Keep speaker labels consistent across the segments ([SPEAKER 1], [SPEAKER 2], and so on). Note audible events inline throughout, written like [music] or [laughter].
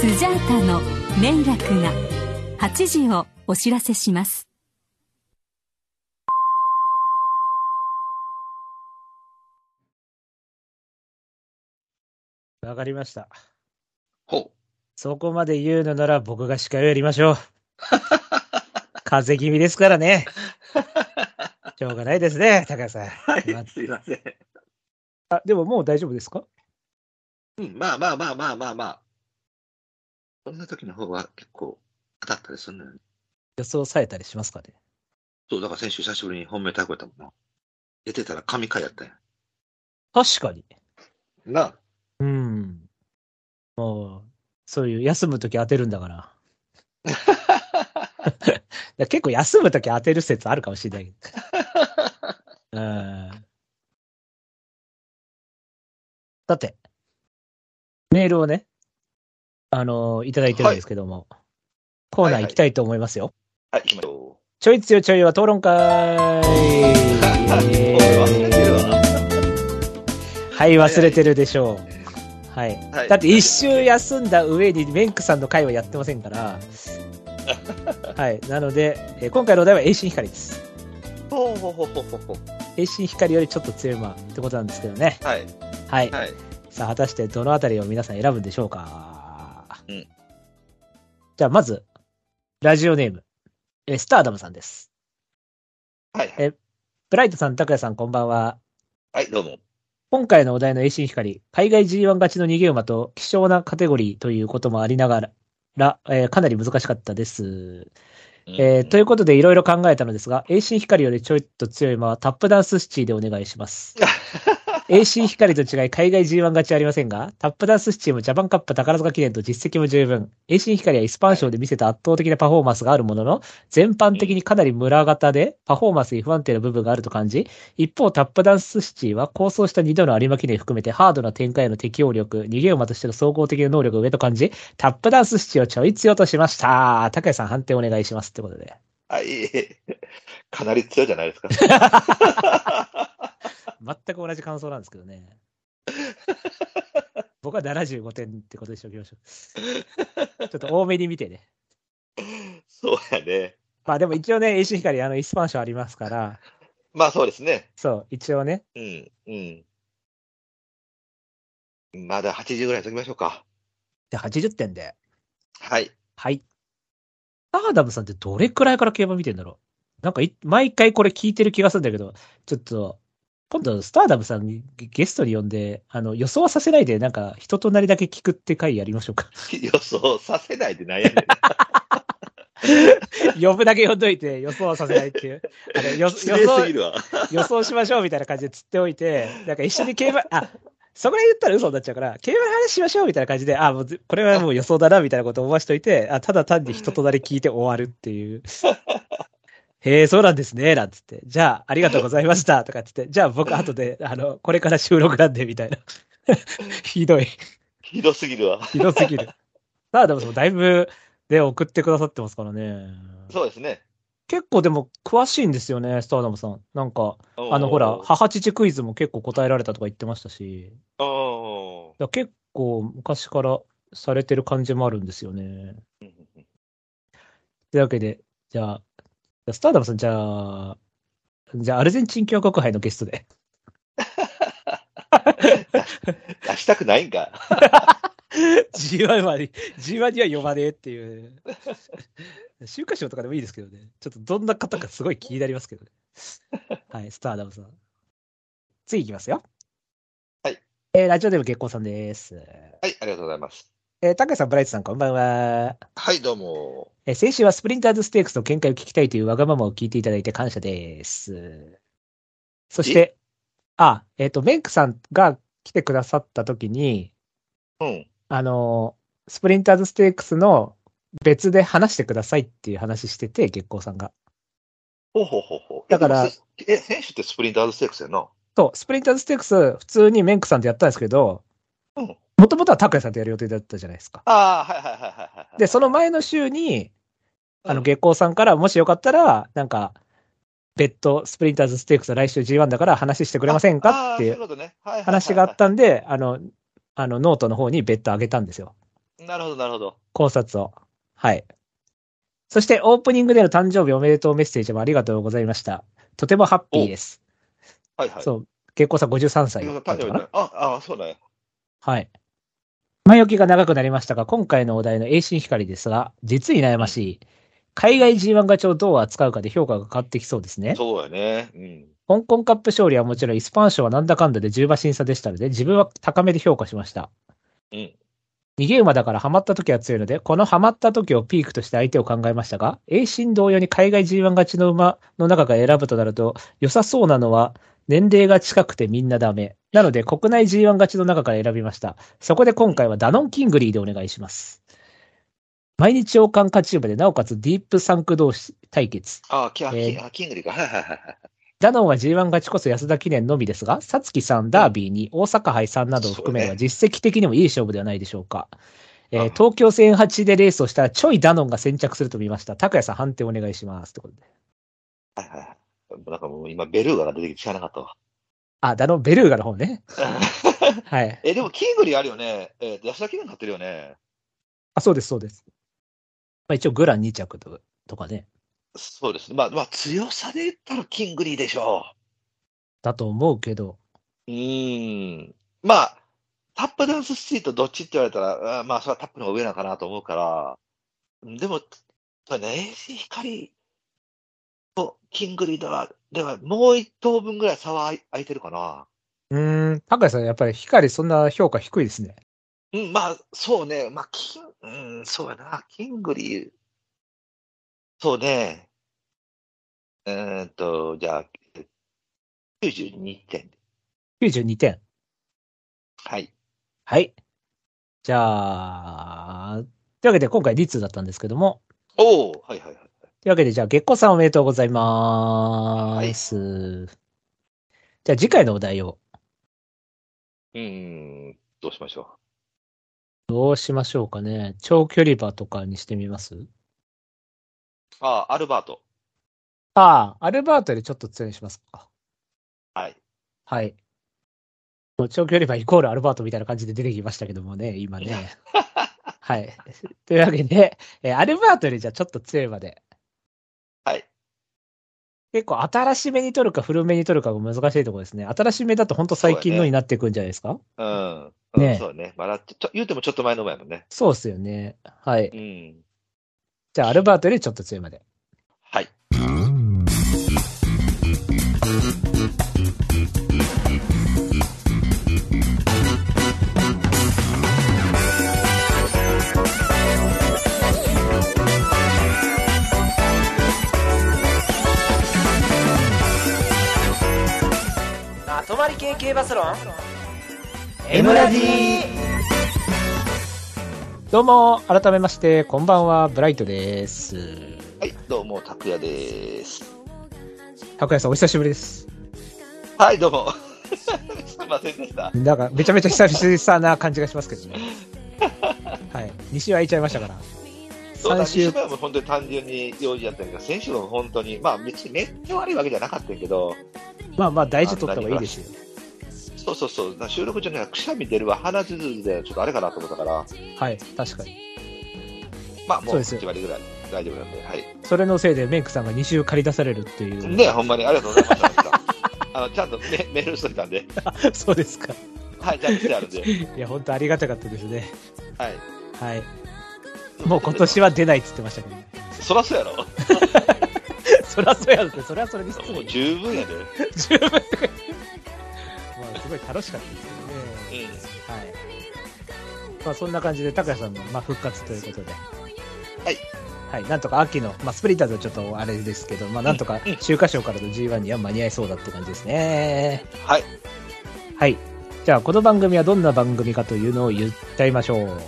[SPEAKER 1] スジャータの連絡が8時をお知らせします
[SPEAKER 2] わかりました。
[SPEAKER 3] ほ
[SPEAKER 2] そこまで言うのなら僕が司会をやりましょ [laughs] う。風邪気味ですから [laughs] ね。しょうがないですね、高橋さん。
[SPEAKER 3] う。は
[SPEAKER 2] ま
[SPEAKER 3] い、すいません。
[SPEAKER 2] あ、でももう大丈夫ですか
[SPEAKER 3] うん、まあまあまあまあまあまあ。そんな時の方が結構当たったりするのよね。
[SPEAKER 2] 予想されたりしますかね。
[SPEAKER 3] そう、だから先週久しぶりに本命たこやったもんな。出てたら神回やったんや。
[SPEAKER 2] 確かに。
[SPEAKER 3] なあ
[SPEAKER 2] うん。もう、そういう休むとき当てるんだ [laughs] から。だから結構休むとき当てる説あるかもしれないけど。うん。さて、メールをね、あのいただいてるんですけども、コーナー行きたいと思いますよ。
[SPEAKER 3] はい、行きましょ
[SPEAKER 2] ちょいつよちょいは討論会
[SPEAKER 3] う。これ忘れてるわ。
[SPEAKER 2] はい、忘れてるでしょう。はい。
[SPEAKER 3] はい
[SPEAKER 2] だって一周休んだ上にメンクさんの回はやってません
[SPEAKER 3] [laughs]
[SPEAKER 2] から。はい。なので、えー今回のお題は栄新光です。
[SPEAKER 3] ほうほうほうほうほうほ
[SPEAKER 2] 栄新光よりちょっと強い馬ってことなんですけどね。
[SPEAKER 3] う。はい、
[SPEAKER 2] はい。
[SPEAKER 3] はい。
[SPEAKER 2] さあ、果たしてどのあたりを皆さん選ぶんでしょうか。
[SPEAKER 3] うん
[SPEAKER 2] じゃあ、まず、ラジオネーム、えースターダムさんです。
[SPEAKER 3] はい、はい。
[SPEAKER 2] ブライトさん、拓也さん、こんばんは。
[SPEAKER 3] はい、どうも。
[SPEAKER 2] 今回のお題の栄新光、海外 G1 勝ちの逃げ馬と希少なカテゴリーということもありながら、えーかなり難しかったです。えーということでいろいろ考えたのですが、栄新光よりちょいっと強い馬はタップダンスシティでお願いします。栄新光と違い海外 G1 勝ちありませんが、タップダンスシティもジャパンカップ宝塚記念と実績も十分。栄新光はイスパン賞で見せた圧倒的なパフォーマンスがあるものの、全般的にかなり村型でパフォーマンスに不安定な部分があると感じ、一方タップダンスシティは構想した2度の有馬記念含めてハードな展開への適応力、逃げ馬としての総合的な能力が上と感じ、タップダンスシティをちょい強としました。高谷さん判定お願いしますってことで。
[SPEAKER 3] はい、 [laughs] かなり強いじゃないですか。 [laughs]
[SPEAKER 2] 全く同じ感想なんですけどね。僕は75点ってことにしておきましょう。ちょっと多めに見てね。
[SPEAKER 3] そうやね。
[SPEAKER 2] まあでも一応ね、AC 光、あの、イスパンションありますから、
[SPEAKER 3] まあそうですね。
[SPEAKER 2] そう、一応ね、
[SPEAKER 3] うん、うん。まだ8時ぐらいにしときましょうか。
[SPEAKER 2] で80点で。
[SPEAKER 3] はい。 [laughs]
[SPEAKER 2] はい。アーダムさんってどれくらいから競馬見てんだろうなんかい、毎回これ聞いてる気がするんだけど、ちょっと、今度、スターダムさんにゲストに呼んで、あの、予想はさせないで、なんか、人となりだけ聞くって回やりましょうか。 [laughs]
[SPEAKER 3] 予想させないで悩んで。
[SPEAKER 2] 呼ぶだけ呼んどいて、予想はさせないっていう。あの、 [laughs] 予予
[SPEAKER 3] 失礼す
[SPEAKER 2] 想
[SPEAKER 3] ぎ、るわ。
[SPEAKER 2] 予想しましょうみたいな感じで釣っておいて、なんか一緒に競馬、あ、そこら辺言ったら嘘になっちゃうから、競馬の話しましょうみたいな感じで、あ、もうずこれはもう予想だなみたいなことを思わしといて、あ、ただ単に人となり聞いて終わるっていう。
[SPEAKER 3] [laughs]
[SPEAKER 2] へえ、そうなんですね、なんつって。じゃあ、ありがとうございました、とかっつって。じゃあ、僕、後で、あの、これから収録なんで、みたいな。 [laughs] ひどい。
[SPEAKER 3] ひどすぎるわ。
[SPEAKER 2] ひどすぎる。さあ、でも、だいぶ、で、送ってくださってますからね。
[SPEAKER 3] そうですね。
[SPEAKER 2] 結構でも、詳しいんですよね、スターダムさん。なんか、あの、ほら、母父クイズも結構答えられたとか言ってましたし、
[SPEAKER 3] おー。
[SPEAKER 2] だから結構昔からされてる感じもあるんですよね。というわけで、じゃあ、じゃあスターダムさん、じゃあ、じゃあ、アルゼンチン共和国杯のゲスト [laughs] で。
[SPEAKER 3] 出したくないんか。
[SPEAKER 2] G1 まで、G1 には呼ばねえっていう。 [laughs] 週刊賞とかでもいいですけどね。ちょっとどんな方かすごい気になりますけどね。はい、スターダムさん。次いきますよ。
[SPEAKER 3] はい。
[SPEAKER 2] えーラジオでも月光さんです。
[SPEAKER 3] はい、ありがとうございます。
[SPEAKER 2] えー、高橋さん、ブライトさん、こんばんは。
[SPEAKER 3] はい、どうも。
[SPEAKER 2] えー先週はスプリンターズステークスの見解を聞きたいというわがままを聞いていただいて感謝です。そして、あ、えっ、と、メンクさんが来てくださった時に、
[SPEAKER 3] うん。
[SPEAKER 2] あのー、スプリンターズステークスの別で話してくださいっていう話してて、月光さんが。
[SPEAKER 3] ほうほうほうほう。
[SPEAKER 2] だから
[SPEAKER 3] え、でもせえ、選手ってスプリンターズステークスやな。
[SPEAKER 2] そう、スプリンターズステークス、普通にメンクさんとやったんですけど、
[SPEAKER 3] うん
[SPEAKER 2] もともとは拓也さんとやる予定だったじゃないですか。
[SPEAKER 3] ああ、はいはいはいはいはい。
[SPEAKER 2] で、その前の週に、あ
[SPEAKER 3] う
[SPEAKER 2] の、
[SPEAKER 3] ん
[SPEAKER 2] 月光さんから、もしよかったら、なんか、別途スプリンターズステークス来週 G1 だから話してくれませんか
[SPEAKER 3] あ
[SPEAKER 2] って
[SPEAKER 3] あー
[SPEAKER 2] い
[SPEAKER 3] そういう
[SPEAKER 2] う
[SPEAKER 3] ことね。はいはいはいはい
[SPEAKER 2] 話があっ。たんで、あの、あの、ノートの方に別途あげたんですよ。
[SPEAKER 3] なるほど、なるほど。
[SPEAKER 2] 考察を。はい。そして、オープニングでの誕生日おめでとうメッセージもありがとうございました。とてもハッピーです。
[SPEAKER 3] はいはい。
[SPEAKER 2] そう。結構さん53歳だ
[SPEAKER 3] 誕
[SPEAKER 2] った
[SPEAKER 3] 生日
[SPEAKER 2] か
[SPEAKER 3] だ
[SPEAKER 2] な。
[SPEAKER 3] あ、あ、そうだよ。
[SPEAKER 2] はい。前置きが長くなりましたが、今回のお題の英進光ですが、実に悩ましい。海外 G1 勝ちをどう扱うかで評価が変わってきそうですね。
[SPEAKER 3] そうだね。うん。
[SPEAKER 2] 香港カップ勝利はもちろん、イスパン賞はなんだかんだで10馬審査でしたので、自分は高めで評価しました。
[SPEAKER 3] うん。
[SPEAKER 2] 逃げ馬だからハマった時は強いので、このハマった時をピークとして相手を考えましたが、A 進同様に海外 G1 勝ちの馬の中から選ぶとなると、良さそうなのは、年齢が近くてみんなダメ。なので、国内 G1 勝ちの中から選びました。そこで今回はダノン・キングリーでお願いします。毎日王冠勝ち馬で、なおかつディープサンク同士対決。
[SPEAKER 3] あ、キン、あ
[SPEAKER 2] えー
[SPEAKER 3] キンあキングリーか。はいはいはいはい。
[SPEAKER 2] ダノンは G1 勝ちこそ安田記念のみですが、さつきさん、ダービーに大阪杯さんなどを含め
[SPEAKER 3] そう
[SPEAKER 2] は
[SPEAKER 3] ね
[SPEAKER 2] 実績的にもいい勝負ではないでしょうか。えー
[SPEAKER 3] あ
[SPEAKER 2] 東京戦8でレースをしたらちょいダノンが先着すると見ました。拓也さん判定お願いします。ってことで。
[SPEAKER 3] なんかもう今、ベルーガが出てきて知らなかったわ。
[SPEAKER 2] あ、ダノン、ベルーガの方
[SPEAKER 3] [laughs]
[SPEAKER 2] ね。はい。
[SPEAKER 3] え、でも、キングリーあるよね。えー、安田記念買ってるよね。
[SPEAKER 2] あ、そうです、そうです。まあ、一応グラン2着ととかね。
[SPEAKER 3] そうですね。まあ、まあ、強さで言ったらキングリーでしょ
[SPEAKER 2] だと思うけど、
[SPEAKER 3] う。うーん。まあ、タップダンスストリートどっちって言われたら、あーまあ、それはタップの方が上なのかなと思うから。うんでも、そうね、AC 光とキングリーでは、ではもう一等分ぐらい差は空いてるかな。
[SPEAKER 2] うーん、拓也さん、やっぱり光そんな評価低いですね。
[SPEAKER 3] うん、まあ、そうね。まあ、キン、うん、そうやな。キングリー。そうね。うーんと、じゃあ、92点。
[SPEAKER 2] 92点。
[SPEAKER 3] はい。
[SPEAKER 2] はい。じゃあ、というわけで今回リツだったんですけども、
[SPEAKER 3] おおはいはいは
[SPEAKER 2] と
[SPEAKER 3] い。
[SPEAKER 2] いうわけでじゃあ月光さんおめでとうございます。じゃあ次回のお題を
[SPEAKER 3] うーん、どうしましょ
[SPEAKER 2] どうしましょうかね。長距離馬とかにしてみます
[SPEAKER 3] う。ああ、アルバート。
[SPEAKER 2] ああ、アルバートでちょっと強いにしますか。
[SPEAKER 3] はい。
[SPEAKER 2] はい。もう長距離馬イコールアルバートみたいな感じで出てきましたけどもね、今 [laughs] ね。はい。というわけで、えーアルバートよりじゃあちょっと強いまで。
[SPEAKER 3] はい。
[SPEAKER 2] 結構新しめに取るか古めに取るかが難しいところですね。新しめだと本当最近のになっていくんじゃないですか
[SPEAKER 3] うん。
[SPEAKER 2] ね
[SPEAKER 3] うんそうね。まだ、ちょ、ちょ言うてもちょっと前の前もんね。
[SPEAKER 2] そうですよね。はい。
[SPEAKER 3] うん。
[SPEAKER 2] じゃあアルバートよりちょっと強いまで。
[SPEAKER 3] はい。
[SPEAKER 4] まとまり系系バスロン
[SPEAKER 2] M ラジどうも、改めまして、こんばんは、ブライトです。
[SPEAKER 3] はい、どうも、拓也です。
[SPEAKER 2] たくやさん、お久しぶりです。
[SPEAKER 3] はい、どうも。 [laughs] すいませんでした。
[SPEAKER 2] なんか、めちゃめちゃ久々な感じがしますけどね。はい。2週空いちゃいましたから。
[SPEAKER 3] そう
[SPEAKER 2] 3
[SPEAKER 3] だ、2週
[SPEAKER 2] 週、
[SPEAKER 3] 前も本当に単純に用事やったんやけど、先週も本当に、まあ、別にめっちゃ悪いわけじゃなかったんやけど、
[SPEAKER 2] まあまあ、大事取った方がいいですよ。
[SPEAKER 3] そうそうそう、な収録中にはくしゃみ出るわ、鼻ずずで、ちょっとあれかなと思ったから、
[SPEAKER 2] はい、確かに。
[SPEAKER 3] まあ、も
[SPEAKER 2] そう
[SPEAKER 3] う
[SPEAKER 2] ですよ
[SPEAKER 3] 1割ぐらい大丈夫なんで、はい。
[SPEAKER 2] それのせいで、メイクさんが2週借り出されるっていう。
[SPEAKER 3] ね、ほんまにありがとうございました。あのちゃんとメメールしといたんで、
[SPEAKER 2] [laughs] そうですか。
[SPEAKER 3] はい、ちゃんとしてあるんで、
[SPEAKER 2] いや、本当ありがたかったですね。
[SPEAKER 3] はい。
[SPEAKER 2] はい。 [laughs] もう今年は出ないって言ってましたけど、ね、
[SPEAKER 3] そらそうやろ、も
[SPEAKER 2] そりゃそうやろって、それはそれで失
[SPEAKER 3] う
[SPEAKER 2] 礼。
[SPEAKER 3] 十分やで、
[SPEAKER 2] 十分。まあ、すごい楽しかったですけどね。
[SPEAKER 3] う
[SPEAKER 2] はい。まあ、そんな感じで、高谷さんの、まあ、復活ということで。
[SPEAKER 3] はい。
[SPEAKER 2] はい、なんとか秋の、まあ、スプリンターズはちょっとあれですけど、まあ、なんとか
[SPEAKER 3] うん
[SPEAKER 2] 週刊賞からの G1 には間に合いそうだって感じですね。
[SPEAKER 3] ん、はい、
[SPEAKER 2] はい。じゃあ、この番組はどんな番組かというのを言っちゃいましょう。
[SPEAKER 3] はい、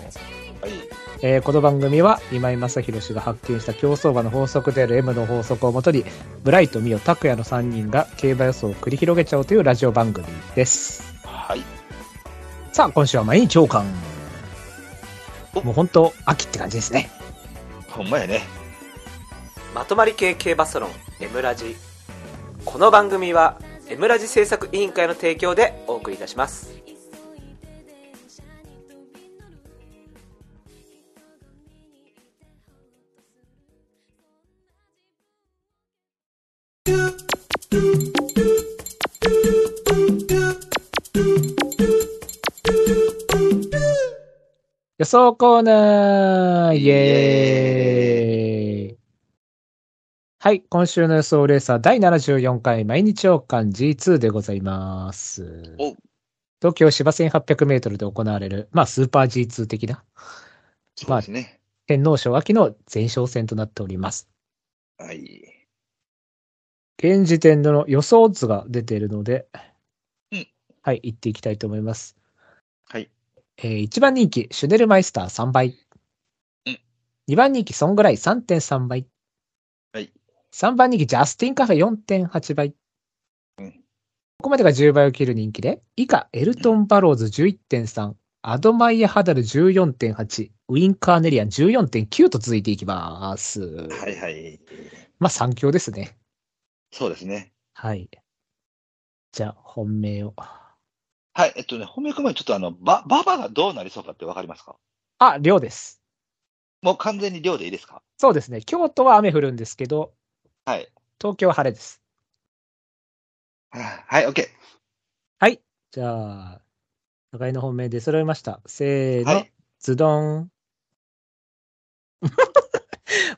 [SPEAKER 2] えーこの番組は今井正弘氏が発見した競走馬の法則である M の法則をもとにブライト、ミオ、タクヤの3人が競馬予想を繰り広げちゃおうというラジオ番組です
[SPEAKER 3] はい、
[SPEAKER 2] さあ今週は毎日朝刊
[SPEAKER 3] お
[SPEAKER 2] もう本当秋って感じですね
[SPEAKER 3] ほんまやね。
[SPEAKER 4] まとまり系系バスロン M ラジこの番組は「エムラジ制作委員会」の提供でお送りいたします
[SPEAKER 2] 予想コーナーイ
[SPEAKER 3] イ
[SPEAKER 2] エーイはい、今週の予想レースは第74回毎日王冠 G2 でございます。
[SPEAKER 3] お
[SPEAKER 2] 東京芝1800メートルで行われる、まあスーパー G2 的な
[SPEAKER 3] そうですね。
[SPEAKER 2] 天皇賞秋の前哨戦となっております。
[SPEAKER 3] はい。
[SPEAKER 2] 現時点での予想図が出ているので、
[SPEAKER 3] うん
[SPEAKER 2] はい、行っていきたいと思います。
[SPEAKER 3] はい。
[SPEAKER 2] えー1番人気、シュネルマイスター3倍。
[SPEAKER 3] うん
[SPEAKER 2] 2番人気、ソングライ3.3倍。
[SPEAKER 3] はい
[SPEAKER 2] 3番人気、ジャスティンカフェ4.8倍。
[SPEAKER 3] うん
[SPEAKER 2] ここまでが10倍を切る人気で、以下、エルトン・バローズ11.3、アドマイヤ・ハダル14.8、ウィン・カーネリアン14.9と続いていきます。
[SPEAKER 3] はいはい。
[SPEAKER 2] まあ、3強ですね。
[SPEAKER 3] そうですね。
[SPEAKER 2] はい。じゃあ、本命を。
[SPEAKER 3] はい。えっとね、本命くんまでちょっとあの、ば、ばばがどうなりそうかってわかりますか
[SPEAKER 2] あ、量です。
[SPEAKER 3] もう完全に量でいいですか
[SPEAKER 2] そうですね。京都は雨降るんですけど、
[SPEAKER 3] はい。
[SPEAKER 2] 東京は晴れです。
[SPEAKER 3] はい、オッケ
[SPEAKER 2] じゃあ、互いの本命で揃いました。せー
[SPEAKER 3] ー。
[SPEAKER 2] の、
[SPEAKER 3] はい。
[SPEAKER 2] ズドン。 [laughs]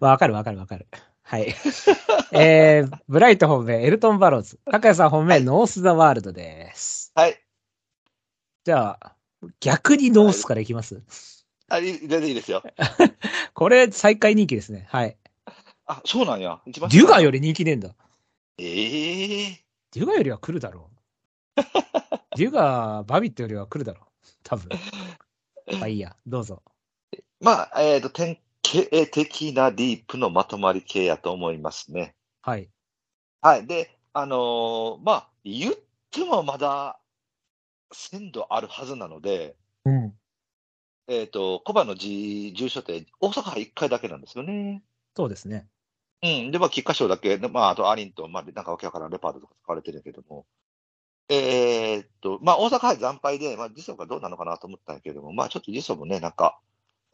[SPEAKER 2] わかるわかるわかる。
[SPEAKER 3] [laughs]
[SPEAKER 2] はい。えー、ブライト本命、エルトン・バローズ。高谷さん本命、
[SPEAKER 3] はい
[SPEAKER 2] ノース・ザ・ワールドです。
[SPEAKER 3] はい。
[SPEAKER 2] じゃあ、逆にノースからいきます。
[SPEAKER 3] あ、いい全然いいですよ。
[SPEAKER 2] これ、最下位人気ですね。はい。
[SPEAKER 3] あ、そうなんや。一番。
[SPEAKER 2] デュガより人気ねえんだ。
[SPEAKER 3] ええ
[SPEAKER 2] デュガよりは来るだろ
[SPEAKER 3] [laughs]
[SPEAKER 2] う。デュガ、バビットよりは来るだろう。多分。まあいいや、どうぞ。
[SPEAKER 3] まあ、えっ、と、典型的なディープのまとまり系やと思いますね。
[SPEAKER 2] はい。
[SPEAKER 3] はい。で、あのーまあ、言ってもまだ鮮度あるはずなので、
[SPEAKER 2] うん。
[SPEAKER 3] えっ、と、コバの G 住所って大阪杯1回だけなんですよね。
[SPEAKER 2] そうですね。
[SPEAKER 3] うん。で、まあ、菊花賞だけ、でまあ、あとアリントン、まあ、なんかわけわからんレパートとか使われてるけども。えーっと、まあ、大阪杯惨敗で、まあ、次走がどうなのかなと思ったんやけれども、まあ、ちょっと次走もね、なんか、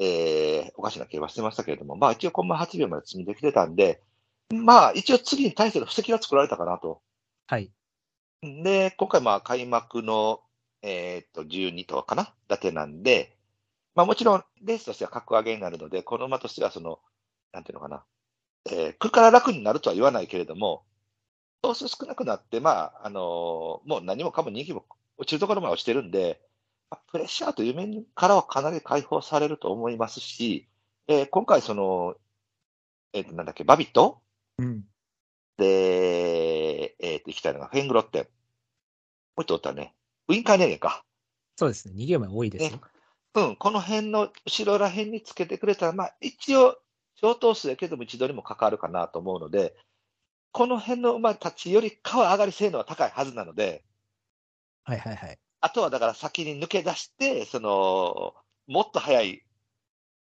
[SPEAKER 3] えー、おかしな競馬してましたけれども、まあ、一応コンマ8秒まで積みできてたんで、まあ、一応次に対しての布石は作られたかなと。
[SPEAKER 2] はい。
[SPEAKER 3] で、今回、まあ、開幕の、えーっと、12頭かなだてなんで、まあ、もちろん、レースとしては格上げになるので、この馬としては、その、なんていうのかな、えー、苦から楽になるとは言わないけれども、頭数少なくなって、まあ、あのーもう何もかも人気も落ちるところまで落ちてるんで、まあプレッシャーという面からはかなり解放されると思いますし、えー今回、その、えーと、なんだっけ、バビット
[SPEAKER 2] うん。
[SPEAKER 3] で、えっ、と、行きたいのがフェングロッテン。もう一つおったね。ウィンカーネーゲンか。
[SPEAKER 2] そうですね。逃げ馬多いですよ。
[SPEAKER 3] うん、この辺の後ろら辺につけてくれたら、まあ一応、小頭数やけども一度にもかかるかなと思うので、この辺の馬たちよりかは上がり性能は高いはずなので、
[SPEAKER 2] はいはいはい。
[SPEAKER 3] あとはだから先に抜け出して、その、もっと早い、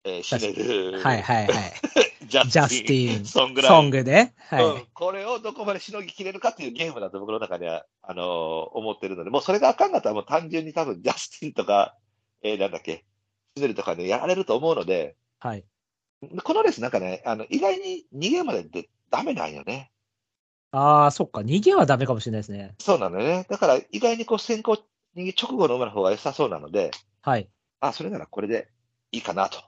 [SPEAKER 3] えー、シネル、
[SPEAKER 2] はいはいはい。
[SPEAKER 3] [laughs] ジャスティン、
[SPEAKER 2] ジャスティン
[SPEAKER 3] ソングライ
[SPEAKER 2] ソングね。はい。
[SPEAKER 3] うん、これをどこまでしのぎきれるかっていうゲームだと僕の中では、あのー思ってるので、もうそれがあかんかったらもう単純に多分ジャスティンとか、えーなんだっけ、シネルとかでやられると思うので、
[SPEAKER 2] はい。
[SPEAKER 3] このレースなんかね、あの意外に逃げまでってダメなんよね。
[SPEAKER 2] ああ、そっか。逃げはダメかもしれないですね。
[SPEAKER 3] そうなのよね。だから意外にこう先行逃げ直後の馬の方が良さそうなので、
[SPEAKER 2] はい。
[SPEAKER 3] あ、それならこれでいいかなと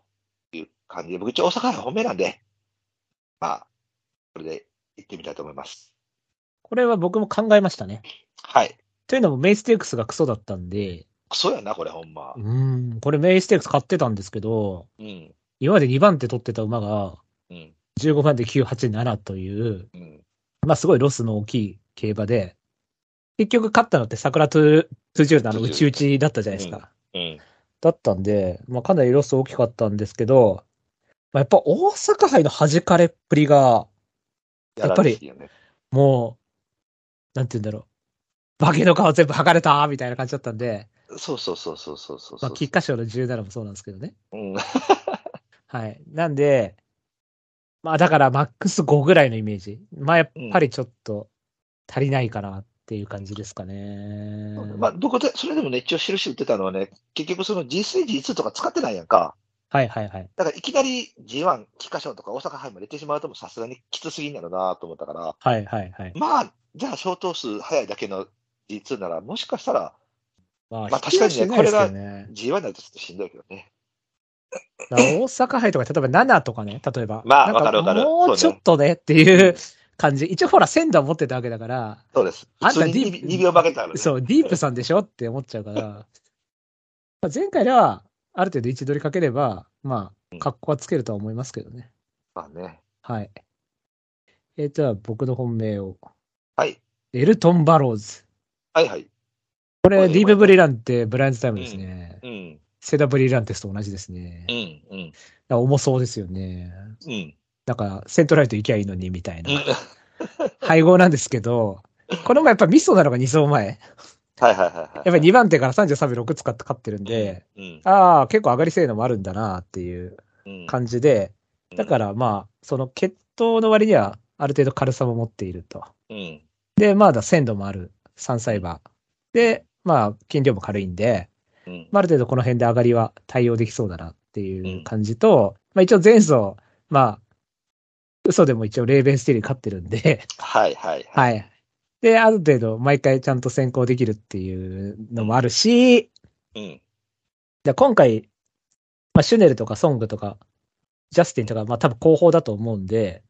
[SPEAKER 3] いう感じで、僕一応大阪杯本命なんで、まあ、これで行ってみたいと思います。
[SPEAKER 2] これは僕も考えましたね。
[SPEAKER 3] はい。
[SPEAKER 2] というのもメイステークスがクソだったんで、
[SPEAKER 3] クソやな、これほんま
[SPEAKER 2] う。ーん、これメイステークス買ってたんですけど、
[SPEAKER 3] うん。
[SPEAKER 2] 今まで2番手取ってた馬が
[SPEAKER 3] うん。
[SPEAKER 2] 15番手987という、
[SPEAKER 3] うん。
[SPEAKER 2] まあすごいロスの大きい競馬で、結局勝ったのって桜トゥトゥジュールのあの
[SPEAKER 3] トゥ
[SPEAKER 2] 内
[SPEAKER 3] ジュール
[SPEAKER 2] 々だったじゃないですか。
[SPEAKER 3] うん。
[SPEAKER 2] だったんで、まあ、かなりロス大きかったんですけど、まあ、やっぱ大阪杯の弾かれっぷりが、やっぱり
[SPEAKER 3] やらしいよね
[SPEAKER 2] もう、なんて言うんだろう。化けの皮全部剥がれたみたいな感じだったんで、
[SPEAKER 3] そうそうそうそうそうそうそ
[SPEAKER 2] ま
[SPEAKER 3] う。
[SPEAKER 2] あ、菊花賞の17もそうなんですけどね。
[SPEAKER 3] うん。
[SPEAKER 2] はい。なんで、まあだからマックス5ぐらいのイメージ。まあやっぱりちょっと、足りないかなっていう感じですかね。
[SPEAKER 3] まあ、どこで、それでもね、一応印打ってたのはね、結局その G3、G2 とか使ってないやんか。
[SPEAKER 2] はいはいはい。
[SPEAKER 3] だからいきなり G1、菊花賞とか大阪杯も入れてしまうともさすがにきつすぎんだろうなと思ったから、
[SPEAKER 2] はいはいはい。
[SPEAKER 3] まあ、じゃあ消灯数早いだけの G2 なら、もしかしたら
[SPEAKER 2] ま
[SPEAKER 3] まあ確かにね
[SPEAKER 2] 引き出しないですけどね
[SPEAKER 3] G1 だとちょっとしんどいけどね。
[SPEAKER 2] だから大阪杯とか、例えば7とかね、例えば。
[SPEAKER 3] まあ
[SPEAKER 2] なん
[SPEAKER 3] わかるわかる
[SPEAKER 2] もうちょっとねっていう感じ。一応ほら、鮮度は持ってたわけだから、
[SPEAKER 3] そうです。
[SPEAKER 2] あ
[SPEAKER 3] 普
[SPEAKER 2] んた
[SPEAKER 3] 通に
[SPEAKER 2] ディープ
[SPEAKER 3] 2, 秒負けたからね。
[SPEAKER 2] そう、ディープさんでしょって思っちゃうから、まあ前回では、ある程度位置取りかければ、まあ、格好はつけるとは思いますけどね。
[SPEAKER 3] まあね。
[SPEAKER 2] はい。えー、では、僕の本命を。
[SPEAKER 3] はい。
[SPEAKER 2] エルトン・バローズ。
[SPEAKER 3] はいはい。
[SPEAKER 2] これ、
[SPEAKER 3] はい
[SPEAKER 2] ディーブ・ブリランってブライアンズ・タイムですね。
[SPEAKER 3] うん。
[SPEAKER 2] セダ・ブリランテスと同じですね。だか
[SPEAKER 3] うん。うん。
[SPEAKER 2] ら重そうですよね。
[SPEAKER 3] うん。
[SPEAKER 2] なんか、セントライト行きゃいいのに、みたいな
[SPEAKER 3] うんはい
[SPEAKER 2] 配合なんですけど、この前やっぱミソなのが2走
[SPEAKER 3] [laughs]
[SPEAKER 2] 前。
[SPEAKER 3] はいはいはい。や
[SPEAKER 2] やっぱり2番手から33秒6使って勝ってるんで、
[SPEAKER 3] うん。
[SPEAKER 2] ああ、結構上がり性能もあるんだなっていう
[SPEAKER 3] うん
[SPEAKER 2] 感じで、だからまあ、その血統の割にはある程度軽さも持っていると。
[SPEAKER 3] うん。
[SPEAKER 2] で、まだ鮮度もある3歳馬。で、まあ、筋量も軽いんで、
[SPEAKER 3] うん。
[SPEAKER 2] まあ、ある程度この辺で上がりは対応できそうだなっていう感じと、まあ一応前走、まあ、嘘でも一応レーベンスティール勝ってるんで、
[SPEAKER 3] はいはいい。
[SPEAKER 2] はい。で、ある程度、毎回ちゃんと先行できるっていうのもあるし、
[SPEAKER 3] うん。
[SPEAKER 2] で今回、まあ、シュネルとかソングとか、ジャスティンとか、まあ多分後方だと思うんで、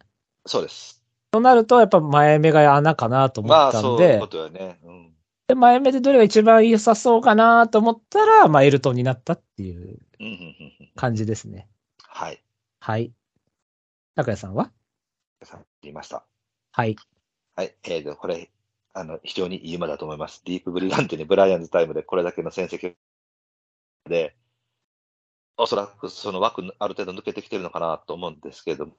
[SPEAKER 3] そうです。
[SPEAKER 2] となると、やっぱ前目が穴かなと思
[SPEAKER 3] ま
[SPEAKER 2] っ
[SPEAKER 3] あ、
[SPEAKER 2] たん
[SPEAKER 3] そうい
[SPEAKER 2] で、
[SPEAKER 3] うことよね。うん。
[SPEAKER 2] で前目でどれが一番良さそうかなと思ったら、まあエルトンになったっていう
[SPEAKER 3] うんうんうんうん。
[SPEAKER 2] 感じですね。
[SPEAKER 3] はい。
[SPEAKER 2] はい。拓也さんは
[SPEAKER 3] 言いました。
[SPEAKER 2] はい。
[SPEAKER 3] はい。えーと、これ、あの、非常にいい馬だと思います。ディープブリランテにブライアンズタイムでこれだけの戦績で、おそらくその枠ある程度抜けてきてるのかなと思うんですけれども、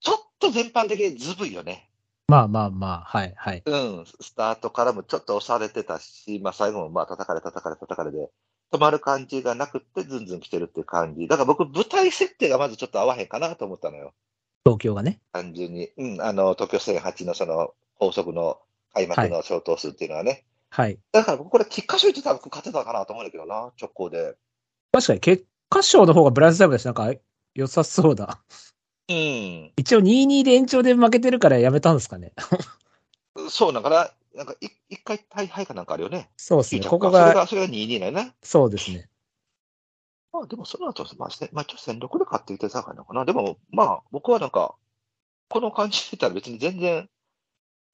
[SPEAKER 3] ちょっと全般的にずぶいよね。
[SPEAKER 2] まあまあまあ、はい、はい。
[SPEAKER 3] うん、スタートからもちょっと押されてたし、まあ最後もまあ叩かれ叩かれ叩かれで、止まる感じがなくってずんずん来てるっていう感じ。だから僕、舞台設定がまずちょっと合わへんかなと思ったのよ。
[SPEAKER 2] 東京がね。
[SPEAKER 3] 単純に。うん、あの、東京戦8のその、高速の開幕の消灯数っていうのはね。
[SPEAKER 2] はい。
[SPEAKER 3] だから僕、これ、菊花賞行ってたら僕勝てたかなと思うんだけどな、直行で。
[SPEAKER 2] 確かに、結果賞の方がブライスタイムだし、なんか良さそうだ。
[SPEAKER 3] うん。
[SPEAKER 2] 一応2-2で延長で負けてるからやめたんですかね。 [laughs]
[SPEAKER 3] そう、だから、なんかい、一回大敗かなんかあるよね。
[SPEAKER 2] そうですね。
[SPEAKER 3] 9
[SPEAKER 2] ここ
[SPEAKER 3] それ
[SPEAKER 2] が、
[SPEAKER 3] が、それが2位だよね。
[SPEAKER 2] そうですね。
[SPEAKER 3] まあでもその後、まあ、せまあ、ちょっと戦力で買っていただかのかな。でも、まあ僕はなんか、この感じでたら別に全然、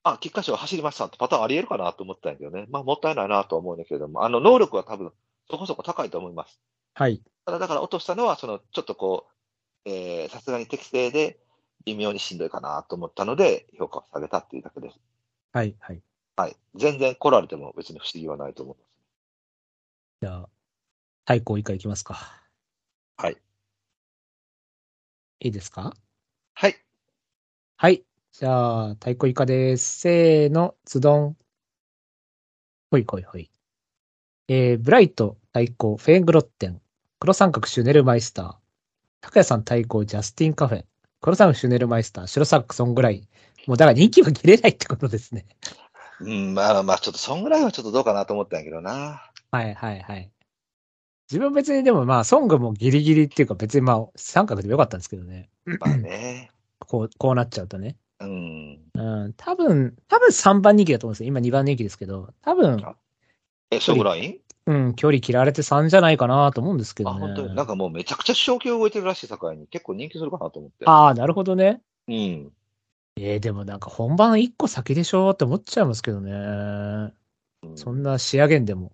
[SPEAKER 3] あ、菊花賞走りましたってパターンあり得るかなと思ったんやけどね。まあもったいないなとは思うんだけれども、あの能力は多分そこそこ高いと思います。
[SPEAKER 2] はい。
[SPEAKER 3] ただだから落としたのは、そのちょっとこう、えーさすがに適正で微妙にしんどいかなと思ったので、評価を下げたっていうだけです。
[SPEAKER 2] はい。はい。
[SPEAKER 3] はい。全然来られても別に不思議はないと思います。
[SPEAKER 2] じゃあ、対抗以下いきますか。
[SPEAKER 3] はい。
[SPEAKER 2] いいですか
[SPEAKER 3] はい。
[SPEAKER 2] はい。じゃあ、対抗以下です。せーの、ズドン。ほいほいほい。えー、ブライト対抗、フェーングロッテン。黒三角シュネルマイスター。高谷さん対抗、ジャスティンカフェ。黒三角シュネルマイスター、白サックソンぐらい。もうだから人気は切れないってことですね。
[SPEAKER 3] うん、まあまあちょっとそんぐらいはちょっとどうかなと思ったんやけどな。
[SPEAKER 2] はいはいはい。自分別にでもまあ、ソングもギリギリっていうか別にまあ、三角でもよかったんですけどね。
[SPEAKER 3] まあね。
[SPEAKER 2] こう、こうなっちゃうとね。
[SPEAKER 3] うん。
[SPEAKER 2] うん、多分、多分3番人気だと思うんですよ。今2番人気ですけど、多分、
[SPEAKER 3] え、ショーグライン
[SPEAKER 2] うん、距離切られて3じゃないかなと思うんですけど
[SPEAKER 3] あ、
[SPEAKER 2] ね。
[SPEAKER 3] 本当に。なんかもうめちゃくちゃ賞金動いてるらしい境に結構人気するかなと思って。
[SPEAKER 2] ああ、なるほどね。
[SPEAKER 3] うん。
[SPEAKER 2] えーでもなんか本番1個先でしょって思っちゃいますけどね。そんな仕上げんでも。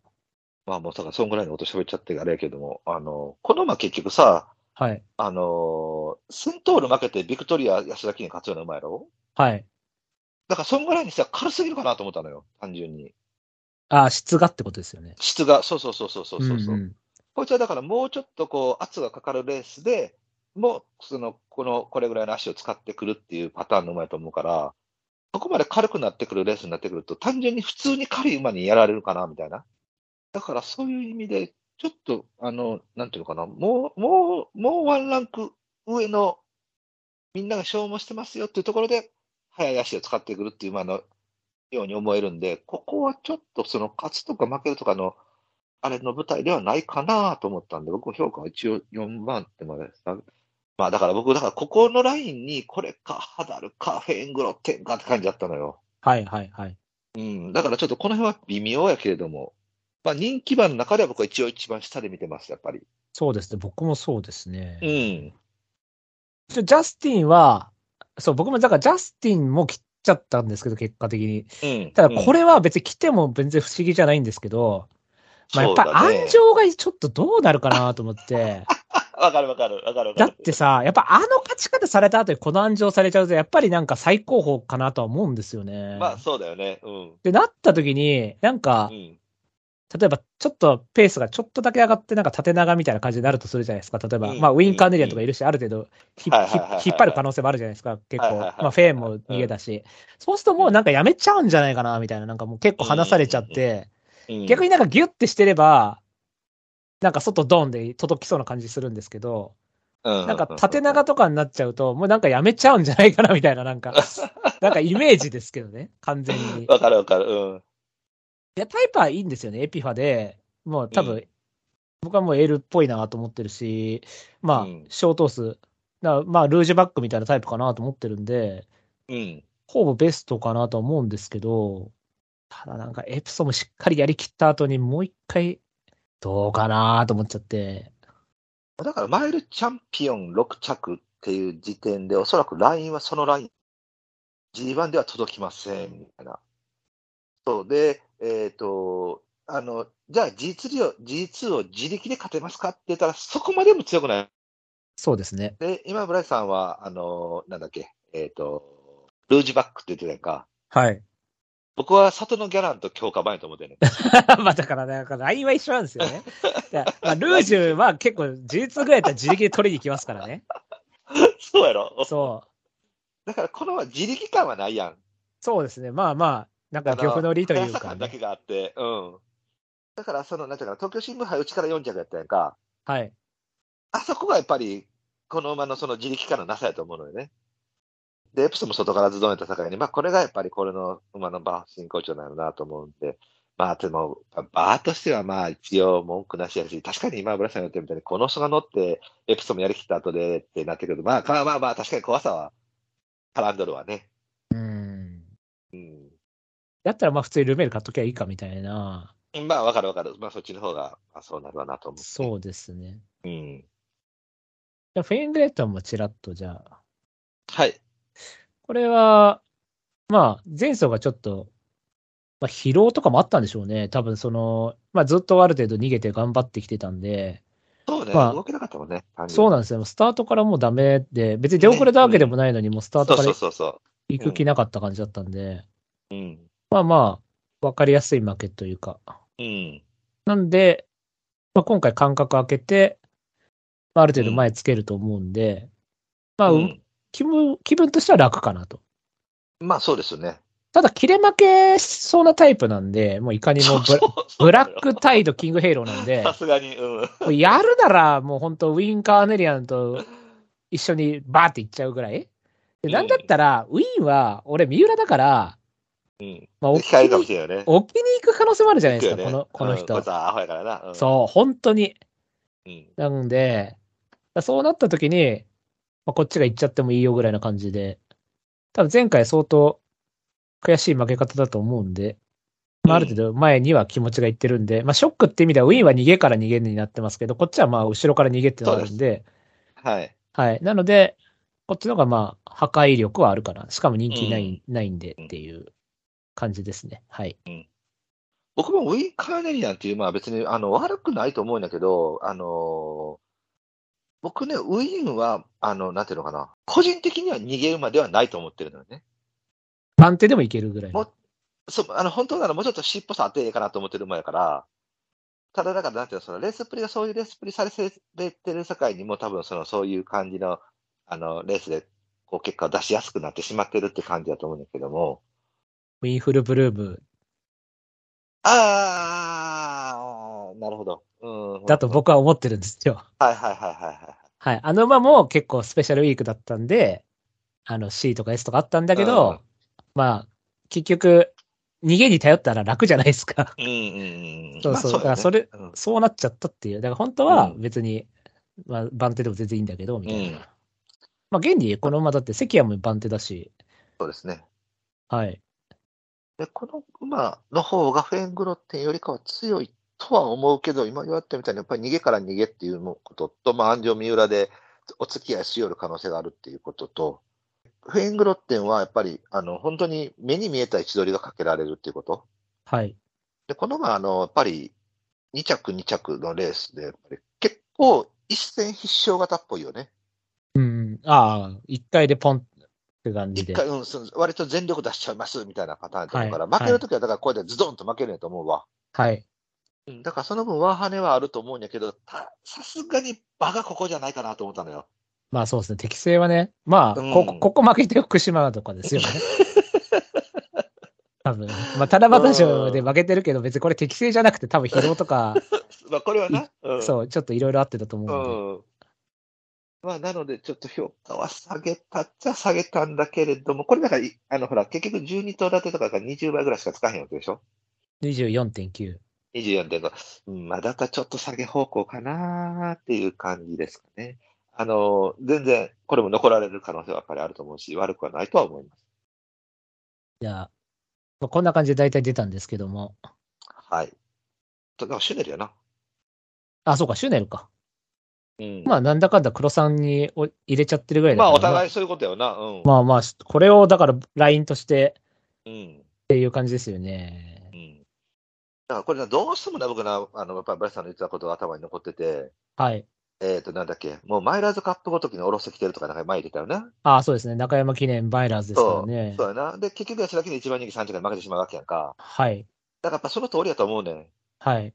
[SPEAKER 3] まあもう、だからそんぐらいのこと喋っちゃってあれやけども、あの、この馬結局さ、
[SPEAKER 2] はい。
[SPEAKER 3] あの、セントール負けてビクトリア安田記に勝つような馬やろ
[SPEAKER 2] はい。
[SPEAKER 3] だからそんぐらいにしては軽すぎるかなと思ったのよ、単純に。
[SPEAKER 2] ああ、質がってことですよね。
[SPEAKER 3] 質が、そうそうそうそうそうそう。
[SPEAKER 2] んん
[SPEAKER 3] こいつはだからもうちょっとこう圧がかかるレースで、もうそのこのこれぐらいの足を使ってくるっていうパターンの馬やと思うから、そこまで軽くなってくるレースになってくると、単純に普通に軽い馬にやられるかなみたいな。だからそういう意味で、ちょっと、あの、なんていうのかな、もう、もう、もうワンランク上の、みんなが消耗してますよっていうところで、速い足を使ってくるっていう馬のように思えるんで、ここはちょっとその勝つとか負けるとかの、あれの舞台ではないかなと思ったんで、僕も評価は一応4番ってまでした。まあだから僕、だからここのラインにこれか、ハダルか、フェーングロッテンかって感じだったのよ。
[SPEAKER 2] はいはいはい。
[SPEAKER 3] うん、だからちょっとこの辺は微妙やけれども、まあ人気馬の中では僕は一応一番下で見てます、やっぱり。
[SPEAKER 2] そうですね。僕もそうですね。
[SPEAKER 3] うん。
[SPEAKER 2] ちょジャスティンは、そう、僕もだからジャスティンも切っちゃったんですけど、結果的に。
[SPEAKER 3] うん。
[SPEAKER 2] ただこ
[SPEAKER 3] れ、
[SPEAKER 2] れは別に来ても全然不思議じゃないんですけど、まあやっぱ
[SPEAKER 3] そうだね
[SPEAKER 2] 安城がちょっとどうなるかなと思
[SPEAKER 3] [laughs]
[SPEAKER 2] って。
[SPEAKER 3] わかるわかるわかるわか
[SPEAKER 2] だ
[SPEAKER 3] る。
[SPEAKER 2] ってさ、やっぱあの勝ち方された後にこの安城されちゃうと、やっぱりなんか最高峰かなとは思うんですよね。
[SPEAKER 3] まあそうだよね。うん。
[SPEAKER 2] で、なった時に、なんか
[SPEAKER 3] う、ん。
[SPEAKER 2] 例えばちょっとペースがちょっとだけ上がって、なんか縦長みたいな感じになるとするじゃないですか。例えば、
[SPEAKER 3] うん
[SPEAKER 2] まあウィン・カーネリアンとかいるし、ある程度ひひ
[SPEAKER 3] はいはいはいはい
[SPEAKER 2] 引っ張る可能性もあるじゃないですか、結
[SPEAKER 3] はい
[SPEAKER 2] 構。
[SPEAKER 3] はいはいはい
[SPEAKER 2] まあフェーンも逃げたし。そうするともうなんかやめちゃうんじゃないかな、みたいな。なんかもう結構離されちゃって、
[SPEAKER 3] うん
[SPEAKER 2] 逆になんかギュッてしてれば、なんか外ドンで届きそうな感じするんですけど、なんか縦長とかになっちゃうと、もうなんかやめちゃうんじゃないかなみたいな、
[SPEAKER 3] [laughs]
[SPEAKER 2] なんか、なんかイメージですけどね、完全に。い
[SPEAKER 3] わかるわかる。うん。
[SPEAKER 2] や、タイプはいいんですよね、エピファで。もう多分、
[SPEAKER 3] う
[SPEAKER 2] 僕はもうエールっぽいなと思ってるし、まあ、
[SPEAKER 3] うん
[SPEAKER 2] ショートース、なまあ、ルージュバックみたいなタイプかなと思ってるんで、
[SPEAKER 3] うん。
[SPEAKER 2] ほぼベストかなとは思うんですけど、ただなんかエプソムしっかりやりきった後にもう一回、どうかなと思っちゃって。
[SPEAKER 3] だからマイルチャンピオン6着っていう時点で、おそらくラインはそのライン、G1 では届きません、みたいな。そうで、えっ、と、あの、じゃあ G2 を、G2 を自力で勝てますかって言ったら、そこまでも強くない。
[SPEAKER 2] そうですね。
[SPEAKER 3] で、今、ブライスさんは、あの、なんだっけ、えっ、と、ルージュバックって言ってたやんか。
[SPEAKER 2] はい。
[SPEAKER 3] 僕は里のギャランと強化版やと思ってるね。
[SPEAKER 2] [laughs] まあだから、だから、ラインは一緒なんですよね。だからまあ、ルージュは結構、事実ぐらいだったら自力で取りに行きますからね。
[SPEAKER 3] [laughs] [laughs] そうやろ
[SPEAKER 2] そう。
[SPEAKER 3] だから、この自力感はないやん。
[SPEAKER 2] そうですね。まあまあ、なんか、漁夫の利という
[SPEAKER 3] 速さ
[SPEAKER 2] か、
[SPEAKER 3] 感だ
[SPEAKER 2] ね。
[SPEAKER 3] けがあって、うん。だから、その、なんていうかな、東京新聞杯、うちから4着やったやんか。
[SPEAKER 2] はい。
[SPEAKER 3] あそこがやっぱり、この馬のその自力感のなさやと思うのよね。で、エプソも外からズドンやった境に、まあ、これがやっぱりこれの馬の馬進行調なのなと思うんで、まあ、でも、馬としてはまあ、一応文句なしやし、確かに今、村さんが言ってるみたいに、この人が乗って、エプソもやりきった後でってなってくると、まあ、まあまあまあ、確かに怖さは、絡んどるわね。
[SPEAKER 2] うん。
[SPEAKER 3] うん。
[SPEAKER 2] だったら、まあ、普通にルメール買っときゃいいかみたいな。
[SPEAKER 3] まあ、わかるわかる。まあ、そっちの方が、まあ、そうなるわなと思う。
[SPEAKER 2] そうですね。
[SPEAKER 3] うん。
[SPEAKER 2] じゃあフェイングレットもちらっと、じゃあ。
[SPEAKER 3] はい。
[SPEAKER 2] これは、まあ、前走がちょっと、まあ、疲労とかもあったんでしょうね。多分、その、まあ、ずっとある程度逃げて頑張ってきてたんで、
[SPEAKER 3] そうね、
[SPEAKER 2] まあ
[SPEAKER 3] 動けなかったもんね。
[SPEAKER 2] そう
[SPEAKER 3] な
[SPEAKER 2] なんですよ。スタートからもうダメで、別に出遅れたわけでもないのに、もうスタートから
[SPEAKER 3] そうそうそうそ
[SPEAKER 2] 行く気なかった感じだったんで、
[SPEAKER 3] う。うん。
[SPEAKER 2] まあまあ、わかりやすい負けというか。
[SPEAKER 3] うん。
[SPEAKER 2] なんで、まあ、今回間隔空けて、まあ、ある程度前つけると思うんで、まあ、
[SPEAKER 3] うん
[SPEAKER 2] 気分、気分としては楽かなと。
[SPEAKER 3] まあ、そうですよね。
[SPEAKER 2] ただ、切れ負けしそうなタイプなんで、もういかにもブラブラックタイド、キングヘイローなんで
[SPEAKER 3] [laughs] さ、すがに、うん。
[SPEAKER 2] もうやるならもう本当ウィン・カーネリアンと一緒にバーっていっちゃうぐらい。でなんだったら、ウィンは、俺、三浦だから、
[SPEAKER 3] うん。
[SPEAKER 2] まあ、置き
[SPEAKER 3] 控えるかも
[SPEAKER 2] に
[SPEAKER 3] しれないよね。
[SPEAKER 2] 置きに行く可能性もあるじゃないです
[SPEAKER 3] 行く
[SPEAKER 2] か、
[SPEAKER 3] よ
[SPEAKER 2] こ
[SPEAKER 3] ね
[SPEAKER 2] のこの
[SPEAKER 3] うん、こ
[SPEAKER 2] 人
[SPEAKER 3] いつ。はアホやからな。うん、
[SPEAKER 2] そう、本当に。
[SPEAKER 3] う。ん。
[SPEAKER 2] なんで、そうなった時に、まあ、こっちが行っちゃってもいいよぐらいな感じで、多分前回相当悔しい負け方だと思うんで、まあ、ある程度前には気持ちがいってるんで、まあ、ショックって意味ではウィーンは逃げから逃げになってますけど、こっちはまあ後ろから逃げってなるんで、
[SPEAKER 3] はい。
[SPEAKER 2] はい。なので、こっちの方がまあ破壊力はあるかな。しかも人気ない、ないんでっていう感じですね。はい。
[SPEAKER 3] 僕もウィン・カーネリアンっていう、まあ別にあの悪くないと思うんだけど、あのー僕ね、ウィーンは、あの、なんていうのかな、個人的には逃げ馬ではないと思ってるのよね。
[SPEAKER 2] 番手でもいけるぐらいの。
[SPEAKER 3] もっそう、あの、本当ならもうちょっと尻尾さってええかなと思ってる馬やから、ただだから、なんていうの、そのレースっぷりがそういうレースっぷりされてる境にもう多分その、そういう感じの、あの、レースで、こう、結果を出しやすくなってしまってるって感じだと思うんだけども、
[SPEAKER 2] ウィンフルブルーム
[SPEAKER 3] あー、なるほど。うん。
[SPEAKER 2] だと僕は思ってるんですよ。
[SPEAKER 3] はいはいはいはいはい。
[SPEAKER 2] はい。あの馬も結構スペシャルウィークだったんで、あの C とか S とかあったんだけど、
[SPEAKER 3] うん
[SPEAKER 2] まあ、結局、逃げに頼ったら楽じゃないですか。 [laughs]
[SPEAKER 3] うんうんうん。
[SPEAKER 2] そうそう
[SPEAKER 3] まあ
[SPEAKER 2] だからそれ
[SPEAKER 3] うだよね
[SPEAKER 2] そうなっちゃったっていう。だから本当は
[SPEAKER 3] うん
[SPEAKER 2] 別に、まあ、番手でも全然いいんだけど、みたいな。
[SPEAKER 3] うん
[SPEAKER 2] まあ、現に、この馬だって関谷も番手だし、
[SPEAKER 3] うんそうですね。
[SPEAKER 2] はい。
[SPEAKER 3] で、この馬の方がフェーングロッテンよりかは強いとは思うけど、今言われたみたいに、やっぱり逃げから逃げっていうことと、まあ、安城三浦でお付き合いしよる可能性があるっていうことと、フェーングロッテンはやっぱり、あの、本当に目に見えた位置取りがかけられるっていうこと。
[SPEAKER 2] はい。
[SPEAKER 3] で、この馬、あの、やっぱり、2着2着のレースで、やっぱり結構一戦必勝型っぽいよね。
[SPEAKER 2] うん。ああ、一回でポンって感じ
[SPEAKER 3] 一
[SPEAKER 2] で。
[SPEAKER 3] 回、うん、その割と全力出しちゃいますみたいなパターンだと思うから、
[SPEAKER 2] はい
[SPEAKER 3] 負けるときはだからこうやってズドンと負けるんやと思うわ。
[SPEAKER 2] はい。
[SPEAKER 3] うんだからその分、ワーハネはあると思うんやけど、たさすがに場がここじゃないかなと思ったのよ。
[SPEAKER 2] まあそうですね。適性はね。まあ、
[SPEAKER 3] うん
[SPEAKER 2] ここ、ここ負けて福島とか
[SPEAKER 3] [laughs]
[SPEAKER 2] ですよね。多分。まあ、七夕賞で負けてるけど、別にこれ適性じゃなくて、多分疲労とか、
[SPEAKER 3] まあ、これはな。うん、
[SPEAKER 2] そう、ちょっといろいろあってたと思うんで。
[SPEAKER 3] うん。まあ、なので、ちょっと評価は下げたっちゃ下げたんだけれども、これだからい、あの、ほら、結局12頭立てとかが20倍ぐらいしかつかへんわけでしょ
[SPEAKER 2] 24.9。
[SPEAKER 3] ?24.5。うん、まあ、だからちょっと下げ方向かなーっていう感じですかね。あの、全然、これも残られる可能性はやっぱりあると思うし、悪くはないとは思います。
[SPEAKER 2] じゃあ、まあ、こんな感じで大体出たんですけども。
[SPEAKER 3] はい。と、なんかシュネルやな。
[SPEAKER 2] あ、そうか、シュネルか。
[SPEAKER 3] うん。
[SPEAKER 2] まあ、なんだかんだ黒さんにお入れちゃってるぐらいだ
[SPEAKER 3] ま
[SPEAKER 2] から
[SPEAKER 3] あ、お互いそういうことよな。うん。
[SPEAKER 2] まあまあ、これをだから LINE として
[SPEAKER 3] うん。
[SPEAKER 2] っていう感じですよね
[SPEAKER 3] う。ん。だからこれな、どうしてもな、僕な、あの、やっぱりブラスさんの言ってたことが頭に残ってて、
[SPEAKER 2] はい。
[SPEAKER 3] えっ、と、なんだっけ、もうマイラーズカップごときに下ろしてきてるとか、なんか前言ってたよね。
[SPEAKER 2] あそうですね。中山記念バイラーズですから
[SPEAKER 3] そう。
[SPEAKER 2] ね
[SPEAKER 3] そ。うやな。で、結局はそれだけで1番人気3着で負けてしまうわけやんか。
[SPEAKER 2] はい。
[SPEAKER 3] だからやっぱその通りやと思うねん。
[SPEAKER 2] はい。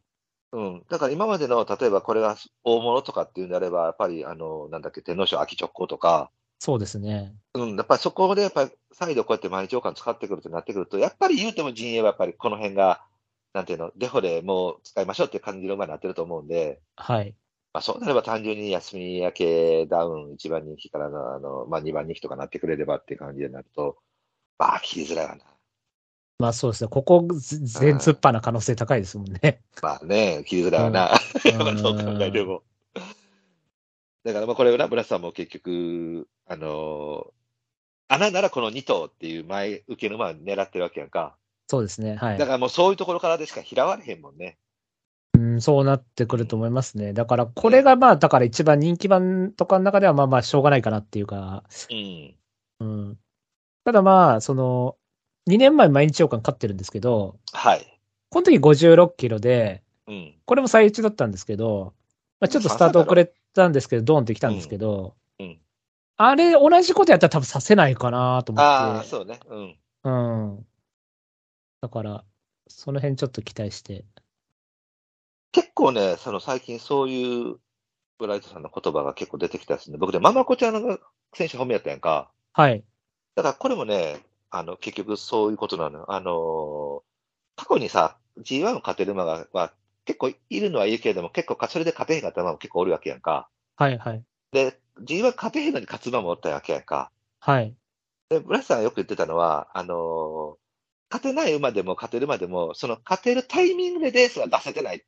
[SPEAKER 3] うん。だから今までの、例えばこれが大物とかっていうんであれば、やっぱり、あの、なんだっけ、天皇賞秋直行とか、
[SPEAKER 2] そうですね。
[SPEAKER 3] うん、やっぱりそこで、やっぱり再度こうやって毎日王冠使ってくるとなってくると、やっぱり言うても陣営はやっぱりこの辺が、なんていうの、デフォでもう使いましょうっていう感じの馬になってると思うんで、
[SPEAKER 2] はい。
[SPEAKER 3] まあ、そうなれば単純に休み明けダウン1番人気からの、あの、まあ、2番人気とかなってくれればっていう感じになると、まあ、切りづらいわな。
[SPEAKER 2] まあそうですね。ここず全突破な可能性高いですもんね。
[SPEAKER 3] まあね、切りづらいわな。 [laughs] まあそう考えても。だからまあこれは村さんも結局、あのー穴ならこの2頭っていう前受けの馬を狙ってるわけやんか。
[SPEAKER 2] そうですね。はい
[SPEAKER 3] だ。からもうそういうところからでしか拾われへんもんね。
[SPEAKER 2] うん、そうなってくると思いますね。だから、これがまあ、だから一番人気版とかの中では、まあまあ、しょうがないかなっていうか、
[SPEAKER 3] うん。
[SPEAKER 2] うん。ただまあ、その、2年前毎日王冠勝ってるんですけど、
[SPEAKER 3] はい。
[SPEAKER 2] この時56キロで、
[SPEAKER 3] うん。
[SPEAKER 2] これも最一だったんですけど、まあ、ちょっとスタート遅れたんですけど、ドーンってきたんですけど、
[SPEAKER 3] うんうん
[SPEAKER 2] あれ、同じことやったら多分させないかなと思
[SPEAKER 3] ああ、
[SPEAKER 2] って、
[SPEAKER 3] そうね。うん。
[SPEAKER 2] うん。だから、その辺ちょっと期待して、
[SPEAKER 3] 結構ね、その最近そういうブライトさんの言葉が結構出てきたですね。僕でママコちゃんが選手褒めやったやんか。
[SPEAKER 2] はい、
[SPEAKER 3] だからこれもね、あの、結局そういうことなのよ。あのー過去にさ、G1 を勝てる馬が、まあ、結構いるのはいるけれども、結構かそれで勝てへんかった馬も結構おるわけやんか。
[SPEAKER 2] はい、はい、
[SPEAKER 3] で、G1 勝てへんのに勝つ馬もおったわけやんか。
[SPEAKER 2] はい、
[SPEAKER 3] で、村瀬さんがよく言ってたのは、あのー勝てない馬でも勝てる馬でも、その勝てるタイミングでレースが出せてないっ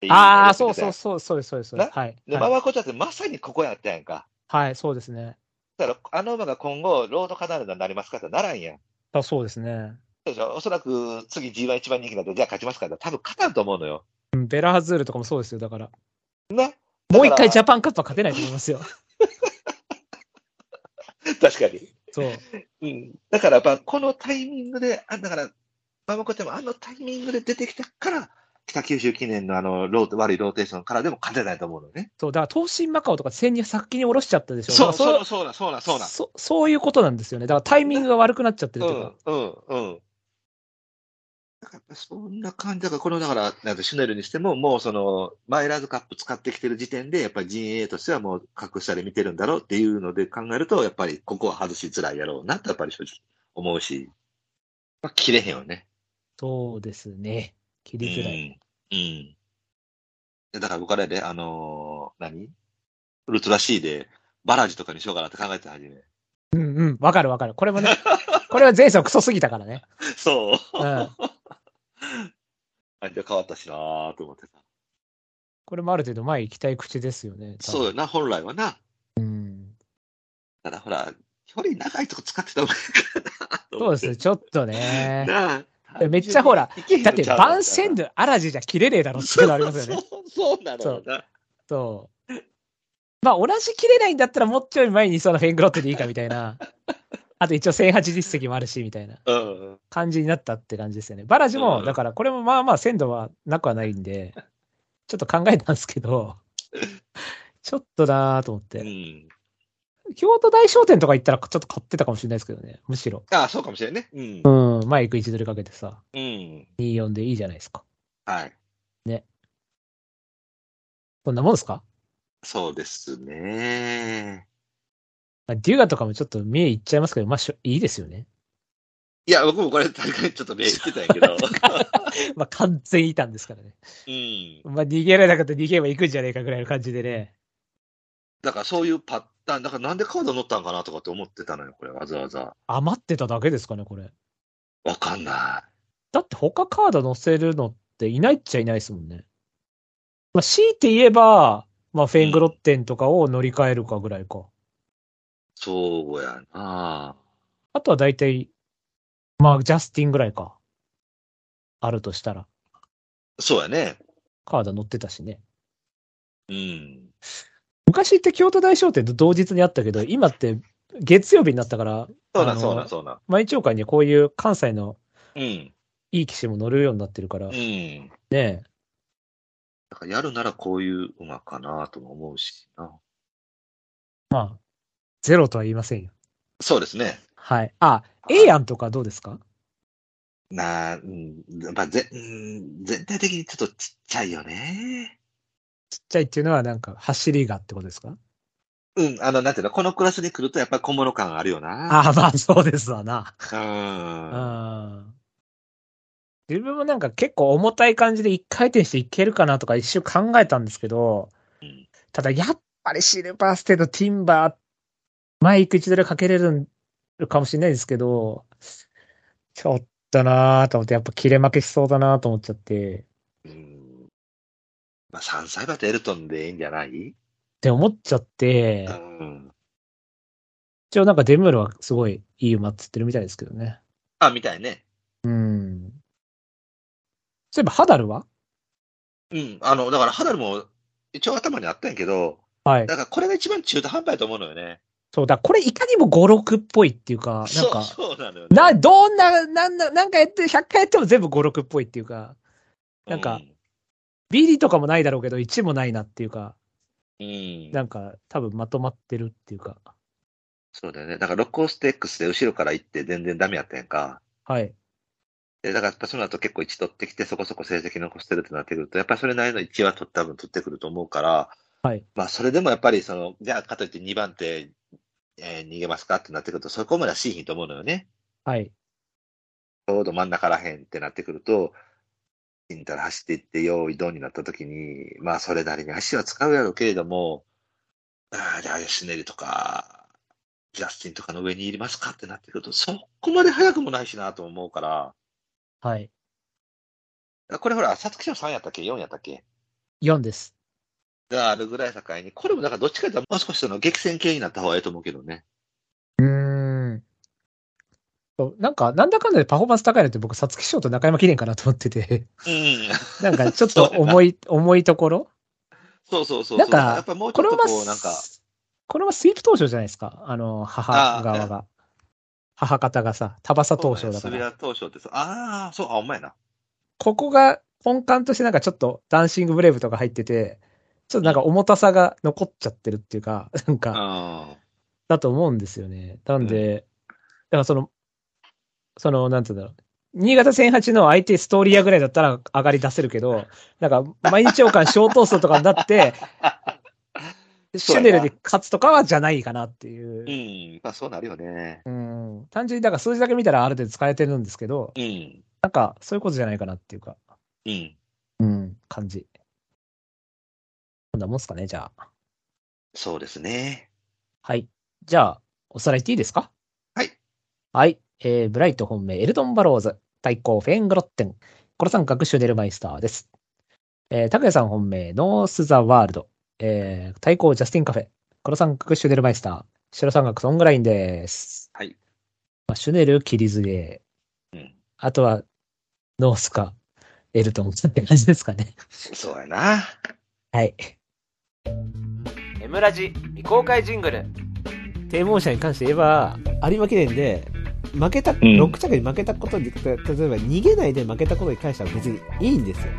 [SPEAKER 3] ていうのを
[SPEAKER 2] あ
[SPEAKER 3] 言
[SPEAKER 2] あ、
[SPEAKER 3] ってた
[SPEAKER 2] そ
[SPEAKER 3] や
[SPEAKER 2] うんそうそう、そうです、そうです。
[SPEAKER 3] な
[SPEAKER 2] はい。
[SPEAKER 3] で、
[SPEAKER 2] は
[SPEAKER 3] 馬
[SPEAKER 2] い
[SPEAKER 3] 場コちゃんってまさにここやったやんか。
[SPEAKER 2] はい、そうですね。
[SPEAKER 3] だから、あの馬が今後、ロードカナルになりますかってならんやん。
[SPEAKER 2] あそうですね。
[SPEAKER 3] そうでしょおそらく次 G1 一番人気なんで、じゃあ勝ちますから、多分勝たんと思うのよ。 [laughs]
[SPEAKER 2] うんベラハズールとかもそうですよ、だから。
[SPEAKER 3] な
[SPEAKER 2] もう一回ジ
[SPEAKER 3] ゃ
[SPEAKER 2] ャパンカップは勝てないと思い
[SPEAKER 3] [laughs]
[SPEAKER 2] ますよ。
[SPEAKER 3] 確かに。
[SPEAKER 2] そう。
[SPEAKER 3] うん。だから、まあ、このタイミングで、あだから、ママコちゃんもあのタイミングで出てきたから、北九州記念のあのローテ悪いローテーションからでも勝てないと思うのね。
[SPEAKER 2] そう、だから東進マカオとか戦に先に下ろしちゃったでしょ。
[SPEAKER 3] そう、
[SPEAKER 2] だから
[SPEAKER 3] そう、そうだ、そうだ、そうだ。
[SPEAKER 2] そそういうことなんですよね。だからタイミングが悪くなっちゃってる
[SPEAKER 3] う
[SPEAKER 2] というか。
[SPEAKER 3] ん、うん、うん。だからやっぱそんな感じだから、この、だから、なんてシュネルにしても、もうその、マイラーズカップ使ってきてる時点で、やっぱり陣営としてはもう格下で見てるんだろうっていうので考えると、やっぱりここは外しづらいやろうなと、やっぱり正直思うし、まあ、切れへんよね。
[SPEAKER 2] そうですね。切りづらい。
[SPEAKER 3] うん。うんでだから僕あれで、あのー何ウルトラ C で、バラジとかにしようかなって考えてた初め。
[SPEAKER 2] うんうん。わかるわかる。これもね、これは前走クソすぎたからね。
[SPEAKER 3] そう。
[SPEAKER 2] うん。
[SPEAKER 3] 感じが変わったしなーと思ってさ。
[SPEAKER 2] これもある程度前行きたい口ですよね。多分
[SPEAKER 3] そうよな、本来はな。
[SPEAKER 2] うん。
[SPEAKER 3] ただほら、距離長いとこ使ってた方がいいかな
[SPEAKER 2] そ
[SPEAKER 3] と
[SPEAKER 2] う
[SPEAKER 3] 思
[SPEAKER 2] で
[SPEAKER 3] って。
[SPEAKER 2] すね、ちょっと
[SPEAKER 3] [laughs]
[SPEAKER 2] ね。
[SPEAKER 3] なあ。
[SPEAKER 2] めっちゃほら
[SPEAKER 3] 行けへんの
[SPEAKER 2] だって、
[SPEAKER 3] ちゃうの
[SPEAKER 2] バンセンド、アラジじゃ切れねえだろっていうのありますよね。
[SPEAKER 3] [laughs] そうそうなのよな。
[SPEAKER 2] そう。まあ、同じ切れないんだったら、もうちょい前にそのフェングロッテでいいかみたい
[SPEAKER 3] [laughs]
[SPEAKER 2] な。あと一応1008実績もあるし、みたいな
[SPEAKER 3] うん。
[SPEAKER 2] 感じになったって感じですよね。バラジ
[SPEAKER 3] う
[SPEAKER 2] も、
[SPEAKER 3] ん
[SPEAKER 2] だからこれもまあまあ鮮度はなくはないんで、ちょっと考えたんですけ
[SPEAKER 3] [laughs]
[SPEAKER 2] ど、ちょっとなーと思っ
[SPEAKER 3] う
[SPEAKER 2] て。
[SPEAKER 3] ん。
[SPEAKER 2] 京都大商店とか行ったらちょっと買ってたかもしれないですけどね、むしろ。
[SPEAKER 3] ああ、そうかもしれんね。うん。
[SPEAKER 2] うん、前行く位置取りかけてさ、
[SPEAKER 3] うん。
[SPEAKER 2] 24でいいじゃないですか。
[SPEAKER 3] はい。
[SPEAKER 2] こんなもんですか
[SPEAKER 3] そうですね。
[SPEAKER 2] まあデュガとかもちょっと見え行っちゃいますけど、まあしょ、いいですよね。
[SPEAKER 3] いや、僕もこれ、大会ちょっと目言ってたんやけ
[SPEAKER 2] [laughs]
[SPEAKER 3] ど。
[SPEAKER 2] まあ、完全いたんですからね。
[SPEAKER 3] うん。
[SPEAKER 2] まあ、逃げられなかったら逃げれば行くんじゃねえかぐらいの感じでね。
[SPEAKER 3] だからそういうパターン、だからなんでカード乗ったんかなとかって思ってたのよ、これ、わざわざ。
[SPEAKER 2] 余ってただけですかね、これ。
[SPEAKER 3] わかんな
[SPEAKER 2] だって他カード載せるのっていないっちゃいないですもんね。まあ、強いて言えば、まあ、フェングロッテンとかを乗り換えるかぐらいか。
[SPEAKER 3] い。そうやな。
[SPEAKER 2] あとは大体、まあ、ジャスティンぐらいか。あるとしたら。
[SPEAKER 3] そうやね。
[SPEAKER 2] カード載ってたしね。
[SPEAKER 3] うん。
[SPEAKER 2] 昔って京都大商店と同日にあったけど、今って月曜日になったから、
[SPEAKER 3] そう
[SPEAKER 2] あ
[SPEAKER 3] な、
[SPEAKER 2] の
[SPEAKER 3] そうな、そうな。
[SPEAKER 2] 毎朝会にこういう関西の
[SPEAKER 3] うん。
[SPEAKER 2] いい騎士も乗るようになってるから、
[SPEAKER 3] う
[SPEAKER 2] ね
[SPEAKER 3] ん。
[SPEAKER 2] え
[SPEAKER 3] だからやるならこういう馬かなとも思うしな。
[SPEAKER 2] まあ、ゼロとは言いませんよ。
[SPEAKER 3] そうですね。
[SPEAKER 2] はい。あ、エイアンとかどうですか
[SPEAKER 3] なあ、うん、まあ、ぜ、うん、全体的にちょっとちっちゃいよね。
[SPEAKER 2] ちっちゃいっていうのはなんか走りがってことですか
[SPEAKER 3] うん、あの、なんていうの、このクラスに来るとやっぱり小物感あるよな。
[SPEAKER 2] ああ、まあそうですわな。う
[SPEAKER 3] あ
[SPEAKER 2] ん。自分もなんか結構重たい感じで一回転していけるかなとか一瞬考えたんですけど
[SPEAKER 3] うん、
[SPEAKER 2] ただやっぱりシルバーステート、ティンバー、前行く一度でかけれるかもしれないですけど、ちょっとなぁと思って、やっぱ切れ負けしそうだなぁと思っちゃって。
[SPEAKER 3] うん。うん。まあ、3歳馬とエルトンでいいんじゃない
[SPEAKER 2] って思っちゃって
[SPEAKER 3] う、ん。
[SPEAKER 2] 一応なんかデムールはすごいいい馬っつってるみたいですけどね。
[SPEAKER 3] あ、みたいね。
[SPEAKER 2] うん。そういえばハダルは
[SPEAKER 3] うん。あの、だから、ハダルも一応頭にあったんやけど、
[SPEAKER 2] はい。
[SPEAKER 3] だからこれが一番中途半端やと思うのよね。
[SPEAKER 2] そうだ、これいかにも5、6っぽいっていうか、なん
[SPEAKER 3] そう、
[SPEAKER 2] か、
[SPEAKER 3] そうなのよね。
[SPEAKER 2] な、どんな、なんな、なんかやって、100回やっても全部5、6っぽいっていうか、なんかビリとかもないだろうけど、1もないなっていうか、
[SPEAKER 3] うん、うん。
[SPEAKER 2] なんか多分まとまってるっていうか、
[SPEAKER 3] そうだよね。だから、ロックオステックスで後ろから行って全然ダメやったやんか。
[SPEAKER 2] はい。
[SPEAKER 3] で、だから、やっぱその後結構1取ってきて、そこそこ成績残してるってなってくると、やっぱりそれなりの1は取多分取ってくると思うから、
[SPEAKER 2] はい。
[SPEAKER 3] まあ、それでもやっぱり、その、じゃあ、かといって2番手、えー逃げますかってなってくると、そこまではしいひんと思うのよね。
[SPEAKER 2] はい。
[SPEAKER 3] ちょうど真ん中らへんってなってくると、インター走っていって、用意ドンになった時に、まあ、それなりに足は使うやろうけれども、ああ、じゃあ、シネルとか、ジャスティンとかの上にいりますかってなってくると、そこまで早くもないしなと思うから、
[SPEAKER 2] はい。
[SPEAKER 3] これほら、さつき賞3やったっけ ?4 やったっけ
[SPEAKER 2] 4です。
[SPEAKER 3] があるぐらい境に、これもだからどっちかというと、もう少しその激戦系になった方がいいと思うけどね。
[SPEAKER 2] うーん。そうなんか、なんだかんだでパフォーマンス高いのって僕、皐月賞と中山記念かなと思ってて。
[SPEAKER 3] うん。
[SPEAKER 2] なんかちょっと重 [laughs] い、重いところ
[SPEAKER 3] [laughs] そうそうそうそう。
[SPEAKER 2] なんか
[SPEAKER 3] やっぱもうち
[SPEAKER 2] こ
[SPEAKER 3] ょ
[SPEAKER 2] れ
[SPEAKER 3] っ
[SPEAKER 2] は
[SPEAKER 3] と
[SPEAKER 2] まあ
[SPEAKER 3] こう、なんか、
[SPEAKER 2] これはスイープ当初じゃないですか。あの、母側が。母方がさ、タバサ当初だ
[SPEAKER 3] そ
[SPEAKER 2] か
[SPEAKER 3] うねスビ
[SPEAKER 2] ら。
[SPEAKER 3] ラ当初ってさ、ああ、そう、あ、お前な。
[SPEAKER 2] ここが本館としてなんかちょっとダンシングブレイブとか入ってて、ちょっとなんか重たさが残っちゃってるっていうか、なんか、
[SPEAKER 3] あ
[SPEAKER 2] だと思うんですよね。なんで、だからその、その、なんて言うんだろう。新潟1 0 8の相手ストーリアぐらいだったら上がり出せるけど、なんか、毎日王冠小闘争とかにな
[SPEAKER 3] [laughs]
[SPEAKER 2] って、シュネルで勝つとかはじゃないかなっていう。
[SPEAKER 3] うん、まあそうなるよね。
[SPEAKER 2] うん、単純にだから数字だけ見たらある程度使えてるんですけど、
[SPEAKER 3] うん、
[SPEAKER 2] なんかそういうことじゃないかなっていうか、
[SPEAKER 3] うん。
[SPEAKER 2] うん、感じ。こんなもんすかね、じゃあ。
[SPEAKER 3] そうですね。
[SPEAKER 2] はい。じゃあ、おさらいっていいですか
[SPEAKER 3] はい。
[SPEAKER 2] はい。えー、ブライト本命、エルドン・バローズ、対抗、フェーン・グロッテン、コロさん各シュネルマイスターです。えー、拓也さん本命、ノース・ザ・ワールド。えー、対抗ジャスティン・カフェ。コロさん各シュネルマイスター。白三角ソングラインです。
[SPEAKER 3] はい。
[SPEAKER 2] まあ、シュネル、キリズゲー。
[SPEAKER 3] うん
[SPEAKER 2] あとは、ノースか、エルトンって感じですかね。
[SPEAKER 3] そうやな。
[SPEAKER 2] はい。
[SPEAKER 4] エムラジ未公開ジングル
[SPEAKER 5] 低毛者に関して言えば、有馬記念で、負けた、
[SPEAKER 3] ん
[SPEAKER 5] 6着に負けたことに、例えば逃げないで負けたことに関しては別にいいんですよ。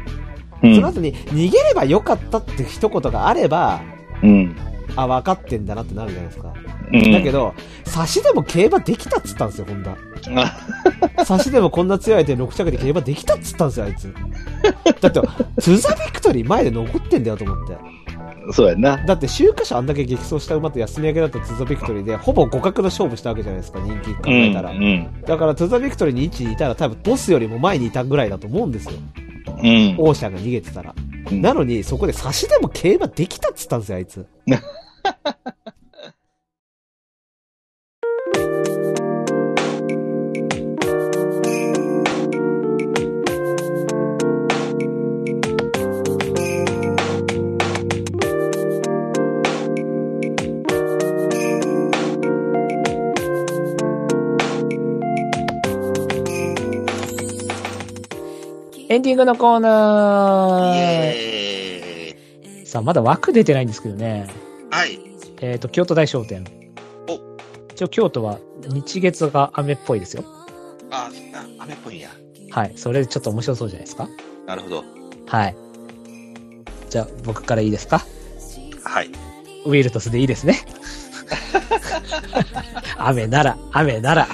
[SPEAKER 3] う
[SPEAKER 5] その後に、逃げればよかったって一言があれば、
[SPEAKER 3] うん。
[SPEAKER 5] あ、分かってんだなってなるじゃないですか。
[SPEAKER 3] うん
[SPEAKER 5] だけど、差しでも競馬できたっつったんですよ、ホンダ。差しでもこんな強い相手に6着で競馬できたっつったんですよ、あいつ。だって、トゥザビクトリー前で残ってんだよと思って。
[SPEAKER 3] そうやな。
[SPEAKER 5] だって、週刊賞あんだけ激走した馬と休み明けだったトゥザビクトリーで、ほぼ互角の勝負したわけじゃないですか、人気考えたら。
[SPEAKER 3] うん。
[SPEAKER 5] だから、トゥザビクトリーに1位いたら、多分ボスよりも前にいたぐらいだと思うんですよ。
[SPEAKER 3] うん。
[SPEAKER 5] オーシャンが逃げてたら。
[SPEAKER 3] うん
[SPEAKER 5] なのに、そこで差しでも競馬できたっつったんですよ、あいつ。
[SPEAKER 2] エンディングのコーナー
[SPEAKER 3] イエーイ。
[SPEAKER 2] さあ、まだ枠出てないんですけどね。
[SPEAKER 3] はい。
[SPEAKER 2] えっ、と、京都大商店。
[SPEAKER 3] お
[SPEAKER 2] 一応京都は日月が雨っぽいですよ。
[SPEAKER 3] あ、あ雨っぽいんや。
[SPEAKER 2] はい。それちょっと面白そうじゃないですか。
[SPEAKER 3] なるほど。
[SPEAKER 2] はい。じゃあ、僕からいいですか
[SPEAKER 3] はい。
[SPEAKER 2] ウィルトスでいいです [laughs] ね。雨なら、雨なら、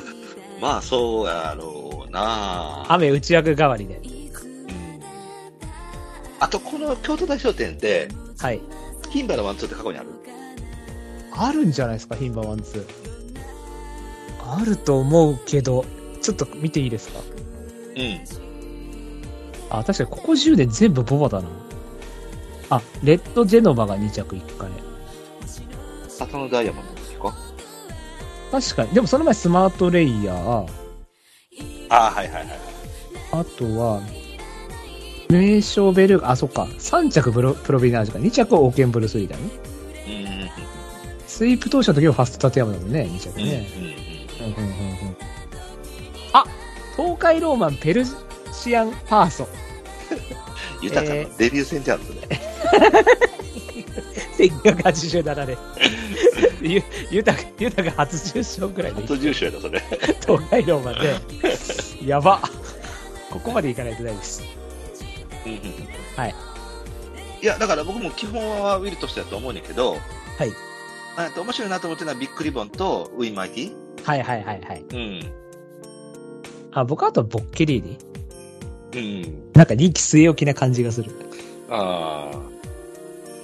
[SPEAKER 3] まあ、そうやろうな。
[SPEAKER 2] 雨内枠代わりで。
[SPEAKER 3] うんあと、この京都大商店って、
[SPEAKER 2] はい。
[SPEAKER 3] 金馬のワンツーって過去にある
[SPEAKER 2] あるんじゃないですか、牝馬ワンツー。あると思うけど、ちょっと見ていいですか
[SPEAKER 3] うん。
[SPEAKER 2] あ、確かにここ10年全部ボバだな。あ、レッドジェノバが2着1回。
[SPEAKER 3] 里のダイヤモンドですか
[SPEAKER 2] 確かに。でもその前スマートレイヤー、
[SPEAKER 3] ああ、はいはいはい。
[SPEAKER 2] あとは、名称ベルーガ、あ、そっか。3着ブロプロビナージュか。2着オーケンブルースリーだね。
[SPEAKER 3] うんうん
[SPEAKER 2] スイープ投手の時はファースト立山だもんね、2着
[SPEAKER 3] うん。うん
[SPEAKER 2] ね。あ東海ローマンペルシアンパーソ
[SPEAKER 3] うん豊かなデビュー戦じゃん、それ。
[SPEAKER 2] 1987年
[SPEAKER 3] [laughs]
[SPEAKER 2] ゆ豊か豊か初出勝ぐらいで
[SPEAKER 3] 本当住所やな、それ。
[SPEAKER 2] 東海ローマンでや
[SPEAKER 3] [laughs]
[SPEAKER 2] ばここまでいかないとないですはい。
[SPEAKER 3] いや、だから僕も基本はウィルとしてだと思うねんけど、
[SPEAKER 2] はい。
[SPEAKER 3] あと面白いなと思ってるのはビッグリボンとウィンマイティ。
[SPEAKER 2] はいはいはいはい
[SPEAKER 3] うん。
[SPEAKER 2] あ僕あとボッケリーニ
[SPEAKER 3] うん。
[SPEAKER 2] なんか人気据え置きな感じがする
[SPEAKER 3] ああ。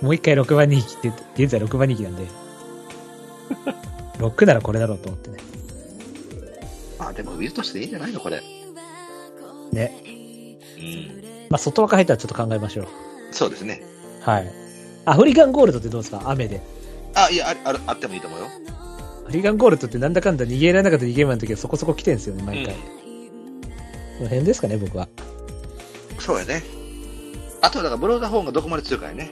[SPEAKER 2] もう一回6番人気って現在6番人気なんで6ならこれだろうと思ってね
[SPEAKER 3] まあでもウィルとしていいんじゃないの、これ。
[SPEAKER 2] ね
[SPEAKER 3] うん。
[SPEAKER 2] まあ外枠入ったらちょっと考えましょう
[SPEAKER 3] そうですね。
[SPEAKER 2] はいアフリカンゴールドってどうですか雨で
[SPEAKER 3] あ、いや、ああるあってもいいと思うよ。
[SPEAKER 2] アフリカンゴールドってなんだかんだ逃げられなかった逃げ馬の時はそこそこ来てんですよね、毎回。この辺ですかね、僕は。
[SPEAKER 3] うん。そうやね。あとはだからブローダーホーンがどこまで強いかやね。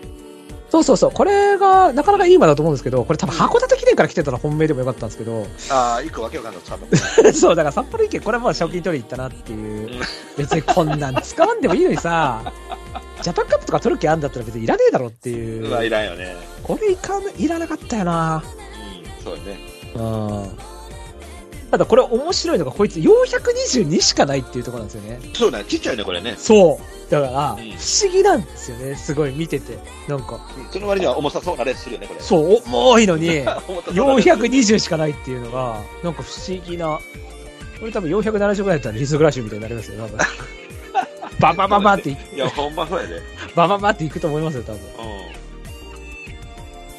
[SPEAKER 2] そうそうそう、これがなかなかいい馬だと思うんですけど、これ多分函館記念から来てたら本命でもよかったんですけど、
[SPEAKER 3] ああ、一個わけわかんないの、多分。
[SPEAKER 2] [laughs] そう、だから札幌行け、これはもう賞金取りに行ったなっていう
[SPEAKER 3] うん、
[SPEAKER 2] 別にこんなん使わんでもいいのにさ、ジャパンカップとか取る気あんだったら別にいらねえだろっていう
[SPEAKER 3] わ
[SPEAKER 2] う、
[SPEAKER 3] らんよね。
[SPEAKER 2] これいかん、いらなかったよな。
[SPEAKER 3] うん、そうやね。
[SPEAKER 2] うん。ただこれ面白いのが、こいつ422しかないっていうところなんですよね。
[SPEAKER 3] そうだね、ちっちゃいね、これね。
[SPEAKER 2] そう。だから、
[SPEAKER 3] うん
[SPEAKER 2] 不思議なんですよね。すごい見てて。なんか、
[SPEAKER 3] うんその割には重さそうなレースするよね、これ。
[SPEAKER 2] そう、重いの
[SPEAKER 3] [laughs]
[SPEAKER 2] に、
[SPEAKER 3] 重たそうなレース
[SPEAKER 2] 420しかないっていうのが、なんか不思議な。これ多分470ぐらいだったらリスグラッシュみたいになりますよ、多分。ババババってい、
[SPEAKER 3] いや、ほんまそうやで。うん。
[SPEAKER 2] バババっていくと思いますよ、多分。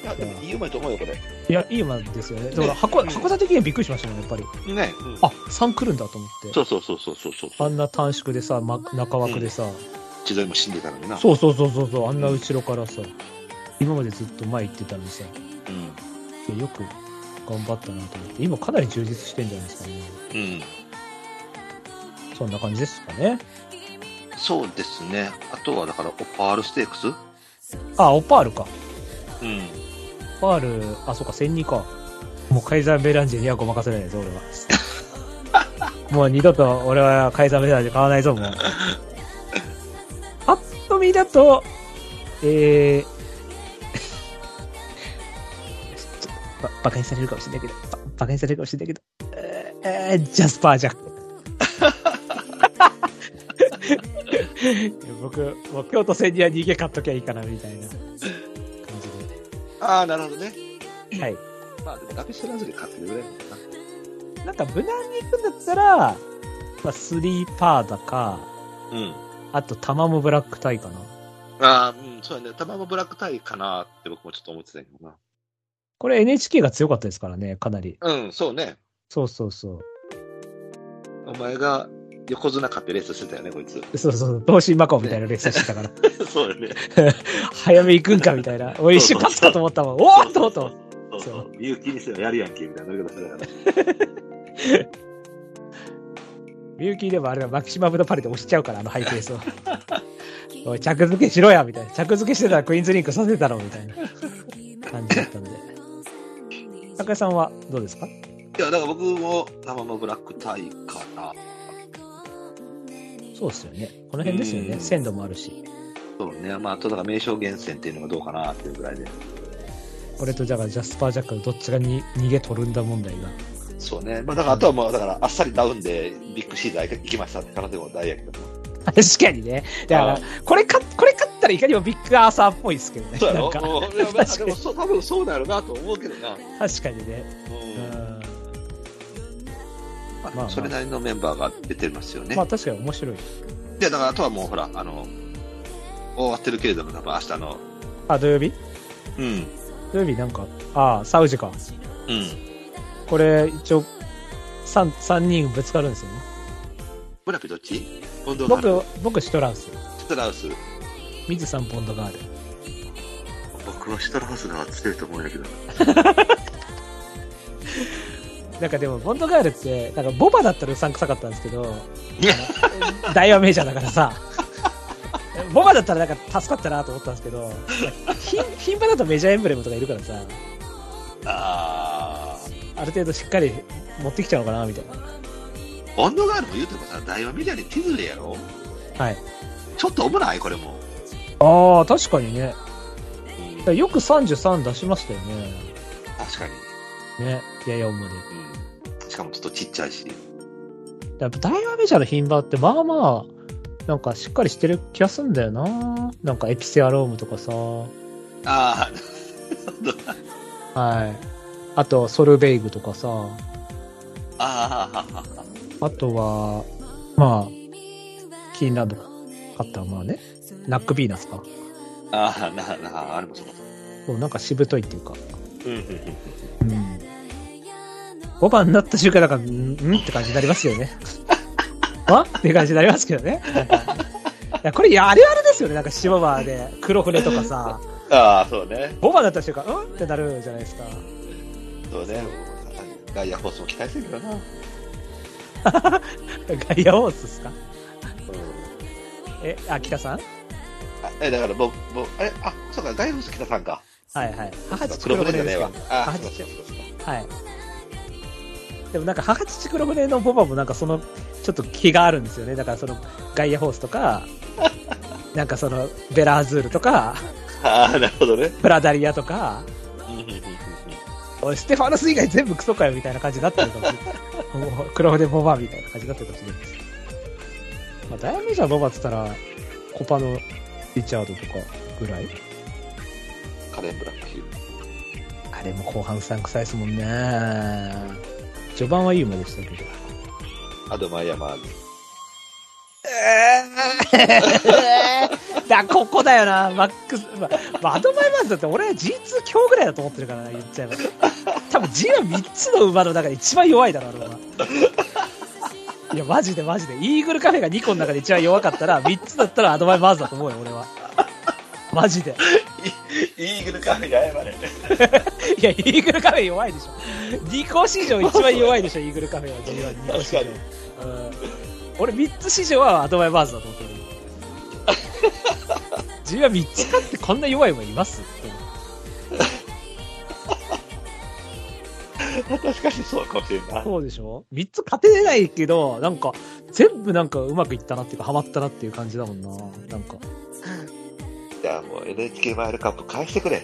[SPEAKER 3] いや、でも、いい馬やと思うよ、これ。
[SPEAKER 2] いや、いい馬ですよね。だから、
[SPEAKER 3] ね
[SPEAKER 2] 函函館記念びっくりしましたもん、やっぱり。
[SPEAKER 3] ね。
[SPEAKER 2] あ、3来るんだと思って。
[SPEAKER 3] そうそうそうそうそうそう。
[SPEAKER 2] あんな短縮でさ、ま、中枠でさ、
[SPEAKER 3] 千鳥も死んでたのにな。
[SPEAKER 2] そうそうそうそうそう、あんな後ろからさ、今までずっと前行ってたのにさ、
[SPEAKER 3] うん。
[SPEAKER 2] でよく頑張ったなと思って、今かなり充実してんじゃないですかね。
[SPEAKER 3] うん。
[SPEAKER 2] そんな感じですかね。
[SPEAKER 3] そうですね。あとは、だから、オパールステークス
[SPEAKER 2] あ、オパールか。
[SPEAKER 3] うん。
[SPEAKER 2] オパール、あ、そうか、1002か。もうカイザーベランジェにはごまかせないぞ、俺は。もう二度と俺はカイザーベランジェ買わないぞ、もう。パッと見だと、えー、 [laughs] ちょっとばバカにされるかもしれないけど、ばバカにされるかもしれないけど、えーえージャスパージャック。僕、もう京都戦には逃げ買っときゃいいかな、みたいな感じで。
[SPEAKER 3] ああ、なるほどね。
[SPEAKER 2] はい。
[SPEAKER 3] まあ、でも、ラピスラズリ買ってるぐらいだ
[SPEAKER 2] な
[SPEAKER 3] な。
[SPEAKER 2] んか無難に行くんだったら、まあ、スリーパーだか、
[SPEAKER 3] うん。
[SPEAKER 2] あとタマもブラックタイかな。
[SPEAKER 3] ああ、うん、そうやね。たまもブラックタイかなって僕もちょっと思ってたけどな。
[SPEAKER 2] これ NHK が強かったですからね、かなり。
[SPEAKER 3] うん、そうね。
[SPEAKER 2] そうそうそ
[SPEAKER 3] お前が横綱買ってレースしてたよね、こいつ。
[SPEAKER 2] う。そうそう、同心マカオみたいなレースしてた [laughs] から。
[SPEAKER 3] [laughs] そうよね。
[SPEAKER 2] 早め行くんかみたいな。おい、一瞬勝つかと思ったもん。おーっと思ったもん。
[SPEAKER 3] そうそ。
[SPEAKER 2] そう
[SPEAKER 3] みゆきにせよやるやんけ、みたいな乗り方してたからね。
[SPEAKER 2] ミユキでもあれだ、マキシマムのパリで押しちゃうから、あのハイペースを。おい、着付けしろやみたいな。着付けしてたらクイーンズリンクさせたろみたいな感じだ [laughs] ったので。高井さんはどうですか
[SPEAKER 3] いや、だから僕もたまもブラックタイかな。
[SPEAKER 2] そうですよね。この辺ですよ
[SPEAKER 3] う
[SPEAKER 2] ね。
[SPEAKER 3] ん
[SPEAKER 2] 鮮度もあるし。
[SPEAKER 3] そうね。まあ、あとだから名称厳選っていうのがどうかなっていうぐらいで。
[SPEAKER 2] これとじゃあジャスパージャックのどっちがに逃げ取るんだ問題が。
[SPEAKER 3] そうね。まあ、だからあとはもう、だからあっさりダウンでビッグシーズン行きましたって可能性も大やけ [laughs] ど。
[SPEAKER 2] [laughs] 確かにね。だから
[SPEAKER 3] あ、
[SPEAKER 2] これか、これ勝ったらいかにもビッグアーサーっぽいですけどね。
[SPEAKER 3] そうや
[SPEAKER 2] な
[SPEAKER 3] ろ
[SPEAKER 2] んか、
[SPEAKER 3] うんいやまあでもそう、多分そうなるなと思うけどな。うん
[SPEAKER 2] 確かにね。うん
[SPEAKER 3] まあ
[SPEAKER 2] まあ
[SPEAKER 3] それなりのメンバーが出てますよね。
[SPEAKER 2] まあ確かに面白い。
[SPEAKER 3] で、だからあとはもうほら、あの、終わってるけれども、多分明日の、
[SPEAKER 2] あ、土曜日
[SPEAKER 3] うん、
[SPEAKER 2] 土曜日なんか、ああ、サウジか。
[SPEAKER 3] うん、
[SPEAKER 2] これ、一応、三、三人ぶつかるんですよね。
[SPEAKER 3] 村木どっち近藤春
[SPEAKER 2] 僕、僕、シトラウス。
[SPEAKER 3] シトラウス。
[SPEAKER 2] 水さん、ポンドガール。
[SPEAKER 3] 僕はシトラウスが強いと思うんだけど。
[SPEAKER 2] なんかでも、ポンドガールって、なんか、ボバだったらうさんくさかったんですけど、
[SPEAKER 3] いや、
[SPEAKER 2] [laughs] 大和メジャーだからさ、ボバだったらなんか助かったなと思ったんですけど、ひん牝馬だとメジャーエンブレムとかいるからさ、
[SPEAKER 3] [laughs] あー。
[SPEAKER 2] ある程度しっかり持ってきちゃうのかなみたい
[SPEAKER 3] ボンドガールも言うてもさ、大和メジャーにティズレやろ
[SPEAKER 2] な。はい。
[SPEAKER 3] ちょっと危ないこれも。
[SPEAKER 2] ああ、確かにね。
[SPEAKER 3] うん
[SPEAKER 2] だからよく33出しましたよね。
[SPEAKER 3] 確かに。
[SPEAKER 2] ね。いやいや、思うで。
[SPEAKER 3] うん。しかもちょっとちっちゃいし。
[SPEAKER 2] やっぱ大和メジャーの牝馬って、まあまあ、なんかしっかりしてる気がすんだよな。なんかエピセアロームとかさ。は
[SPEAKER 3] あ
[SPEAKER 2] い。あと、ソルベイグとかさ。
[SPEAKER 3] ー、あー、
[SPEAKER 2] あとは、まあ、キーンランド買ったらまあね、ナックビーナスか。
[SPEAKER 3] あー、なあ、なあ、あれもそうだと。
[SPEAKER 2] そうなんかしぶといっていうか。
[SPEAKER 3] うん、うん、うん。
[SPEAKER 2] うん。5番になった瞬間、なんか、んんって感じになりますよね。 [laughs] あっていう感じになりますけどね。なんかいやこれ、いや、あれあれですよね。なんか、シババで、黒船とかさ、
[SPEAKER 3] ああ、そうね。
[SPEAKER 2] 5番だった瞬間、うんってなるじゃないですか。
[SPEAKER 3] そうね。ガイアフォースも期待するけどな。うん。
[SPEAKER 2] ガイアオースですかえ、あ、北さん
[SPEAKER 3] あえ、だから、ぼ、ぼ、あれ、あ、そうか、ガイアフォース北さんか。
[SPEAKER 2] はいはい。母父
[SPEAKER 3] 黒船じゃねえわ
[SPEAKER 2] 黒船です。
[SPEAKER 3] ああ、
[SPEAKER 2] 母
[SPEAKER 3] そう
[SPEAKER 2] 父
[SPEAKER 3] そうそうそう。
[SPEAKER 2] はい。でもなんか、母父黒船のボバもなんかその、ちょっと気があるんですよね。だからその、ガイアホースと [laughs] か、なんかその、ベラアズールとか、
[SPEAKER 3] ああ、なるほどね。
[SPEAKER 2] プラダリアとか、
[SPEAKER 3] うんうんうんうん
[SPEAKER 2] おいステファノス以外全部クソかよみたいな感じになってるかもしれない。もう黒船ボバみたいな感じになってるかもしれないです。まあ、ダイヤメジャーボバって言ったら、コパのリチャードとかぐらい
[SPEAKER 3] カレンブラックヒル。
[SPEAKER 2] あれも後半うさんくさいですもんね。序盤はいい馬でしたけど。
[SPEAKER 3] アドマイヤマーズ。
[SPEAKER 2] [laughs] だここだよな、マックス、ままあ、アドバイマーズだって俺は G2 強ぐらいだと思ってるからな、言っちゃえば。多分 G13 つの馬の中で一番弱いだろ、あの馬。いや、マジでマジで。イーグルカフェが2個の中で一番弱かったら、3つだったらアドバイマーズだと思うよ、俺は。マジで。
[SPEAKER 3] イーグルカフェに謝れ。
[SPEAKER 2] いや、イーグルカフェ弱いでしょ。2個市場一番弱いでしょ、イーグルカフェは G12 個市場。
[SPEAKER 3] 確 [laughs]
[SPEAKER 2] うん俺3つ市場はアドバイマーズだと思ってる。 G は3つ勝ってこんな弱い馬いますって思う
[SPEAKER 3] 確かにそうかもしれんない。
[SPEAKER 2] そうでしょ ?3 つ勝てれないけど、なんか、全部なんかうまくいったなっていうか、ハマったなっていう感じだもんな。なんか。
[SPEAKER 3] じゃあもう NHK マイルカップ返してくれ。
[SPEAKER 2] い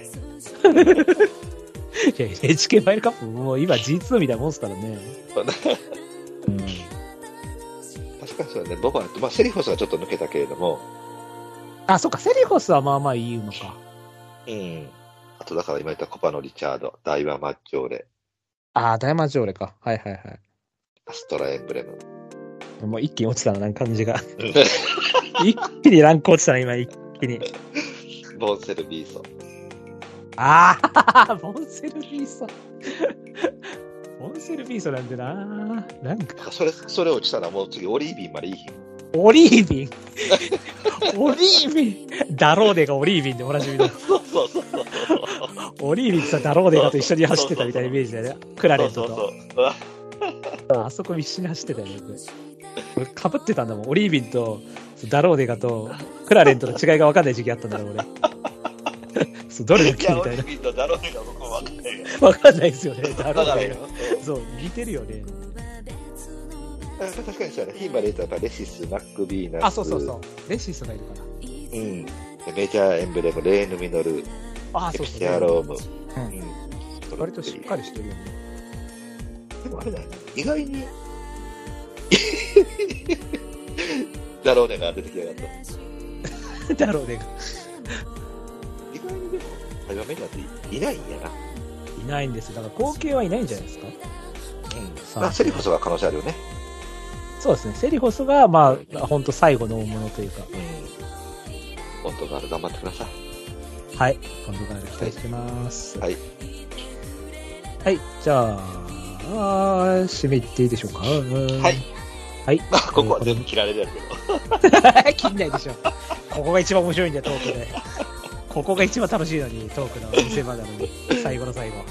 [SPEAKER 2] や NHK マイルカップもう今 G2 みたいなもんですからね。
[SPEAKER 3] そうね
[SPEAKER 2] うん
[SPEAKER 3] 確かにそうだね。僕は、まあ、セリフォスはちょっと抜けたけれども、
[SPEAKER 2] あ、そっか、セリフォスはまあまあいい馬か。
[SPEAKER 3] うん。あとだから今言ったコパのリチャード、ダイワマッチョーレ、
[SPEAKER 2] あー、ダイマジオレか。はいはいは
[SPEAKER 3] アストラエンブレム。
[SPEAKER 2] い。もう一気に落ちたな、なんか感じ [laughs] が。一気にランク落ちたな、今、一気に。
[SPEAKER 3] ボンセルビーソン。
[SPEAKER 2] ああ、 [laughs] ボンセルビーソン。 [laughs] ボンセルビーソンなんてな。なんか、
[SPEAKER 3] なんかそれ、それ落ちたらもう次オリービンまでいいひん。
[SPEAKER 2] オリー [laughs] ビン。オリービン。だろうでがオリービンでおなじみだ。
[SPEAKER 3] そうそうそうそう。
[SPEAKER 2] オリービンってさ、だろうでがと一緒に走ってたみたいなイメージだよね。クラレ
[SPEAKER 3] そう
[SPEAKER 2] ン
[SPEAKER 3] そ
[SPEAKER 2] ト
[SPEAKER 3] う
[SPEAKER 2] と。
[SPEAKER 3] そう。
[SPEAKER 2] あそこ一緒に走ってたよね、俺。かぶってたんだもん。オリービンと、ダローデガと、クラレンとの違いが分かんない時期あったんだろ、俺。
[SPEAKER 3] [laughs]
[SPEAKER 2] そう、どれだっ
[SPEAKER 3] い
[SPEAKER 2] け
[SPEAKER 3] や、
[SPEAKER 2] み
[SPEAKER 3] オ
[SPEAKER 2] た
[SPEAKER 3] リ
[SPEAKER 2] いな
[SPEAKER 3] ー。ビンとダロールが僕も分かんない
[SPEAKER 2] [laughs]
[SPEAKER 3] から。
[SPEAKER 2] 分かんないですよね、ダロ
[SPEAKER 3] だか
[SPEAKER 2] ー
[SPEAKER 3] ら
[SPEAKER 2] デ
[SPEAKER 3] よ
[SPEAKER 2] ガ。。そう、似てるよね。
[SPEAKER 3] 確かにそうだね。ヒンバレーとやっぱレシス、マックビーナス。
[SPEAKER 2] あ、そうそうそう。レシスがいるか
[SPEAKER 3] う。うん。でメジャーエンブレム、レーヌミノル、
[SPEAKER 2] ら。あ、
[SPEAKER 3] エ
[SPEAKER 2] そう
[SPEAKER 3] ピ
[SPEAKER 2] そう。
[SPEAKER 3] テアローム。
[SPEAKER 2] うん
[SPEAKER 3] うん
[SPEAKER 2] 割としっかりしてるよね。
[SPEAKER 3] でもあれだよね、意外 [laughs] に。だろうねが出てきやがった。
[SPEAKER 2] ダローデガ。
[SPEAKER 3] 意外にでも、早めになっていないんやな。
[SPEAKER 2] いないんですよ。だから後継はいないんじゃないですか。
[SPEAKER 3] う
[SPEAKER 2] さあ
[SPEAKER 3] ん。まあ、セリフォスは可能性あるよね。
[SPEAKER 2] そうですね。セリフォスが、まあ、本当最後の大物というか。
[SPEAKER 3] うん。本当がある、頑張ってください。
[SPEAKER 2] はい。今度から期待してます。
[SPEAKER 3] はい。
[SPEAKER 2] はい。じゃあ、あー締めいっていいでしょうか。は
[SPEAKER 3] はい。
[SPEAKER 2] はい。
[SPEAKER 3] まあ、 [laughs] ここは全部切られるやろうけど。
[SPEAKER 2] [laughs] 切んないでしょ。ここが一番面白いんだよ、トークで。ここが一番楽しいのに、トークの見せ場なのに。最後の最後。はい。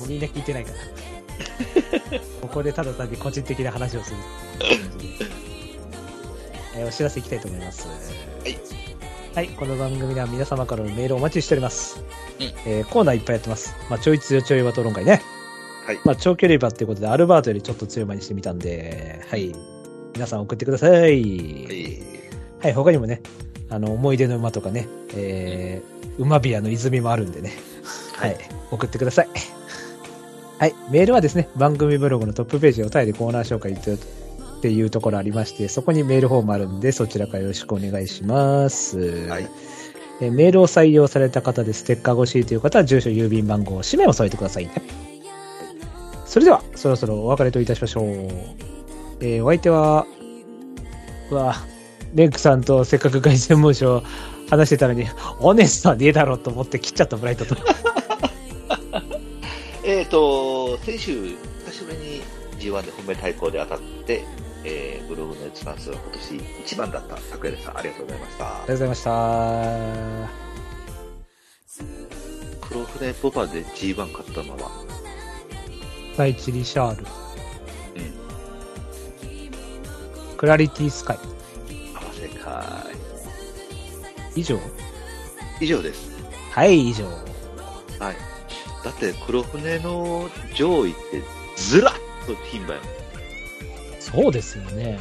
[SPEAKER 2] もうみんな聞いてないから。ここでただ単に個人的な話をするっていう感じで。えーお知らせいきたいと思います。
[SPEAKER 3] い
[SPEAKER 2] はい。この番組では皆様からのメールをお待ちしております。
[SPEAKER 3] うん
[SPEAKER 2] えーコーナーいっぱいやってます。まあ、ちょい強ちょいは討論会ね。
[SPEAKER 3] はい
[SPEAKER 2] まあ、長距離馬っていうことで、アルバートよりちょっと強い馬にしてみたんで、はい。皆さん送ってください。はい、他にもね、あの、思い出の馬とかね、えー、馬部屋の泉もあるんでね、はい、送ってください。はい、メールはですね、番組ブログのトップページでお便りコーナー紹介っていうところありまして、そこにメールフォームあるんで、そちらからよろしくお願いします。
[SPEAKER 3] はい。
[SPEAKER 2] えーメールを採用された方でステッカーが欲しいという方は、住所、郵便番号、氏名を添えてくださいね。それでは、そろそろお別れといたしましょう。えーお相手は、うわ、レンクさんとせっかく凱旋門賞を話してたのに、オネストはねえだろうと思って切っちゃったブライトと。
[SPEAKER 3] えっ、ー、と、先週、久しぶりに G1 で本命対抗で当たって、えー、ブログの一番数は今年一番だった桜井さん、ありがとうございました
[SPEAKER 2] あ。りがとうございました。
[SPEAKER 3] 黒船ボバで G1 勝ったまま。
[SPEAKER 2] 第一リシャール、
[SPEAKER 3] うん。
[SPEAKER 2] クラリティスカイ。
[SPEAKER 3] 合わせか
[SPEAKER 2] 以上
[SPEAKER 3] い。以上です。
[SPEAKER 2] はい、以上。
[SPEAKER 3] はい。だって黒船の上位ってずらっと牝馬やもん
[SPEAKER 2] そうですよね。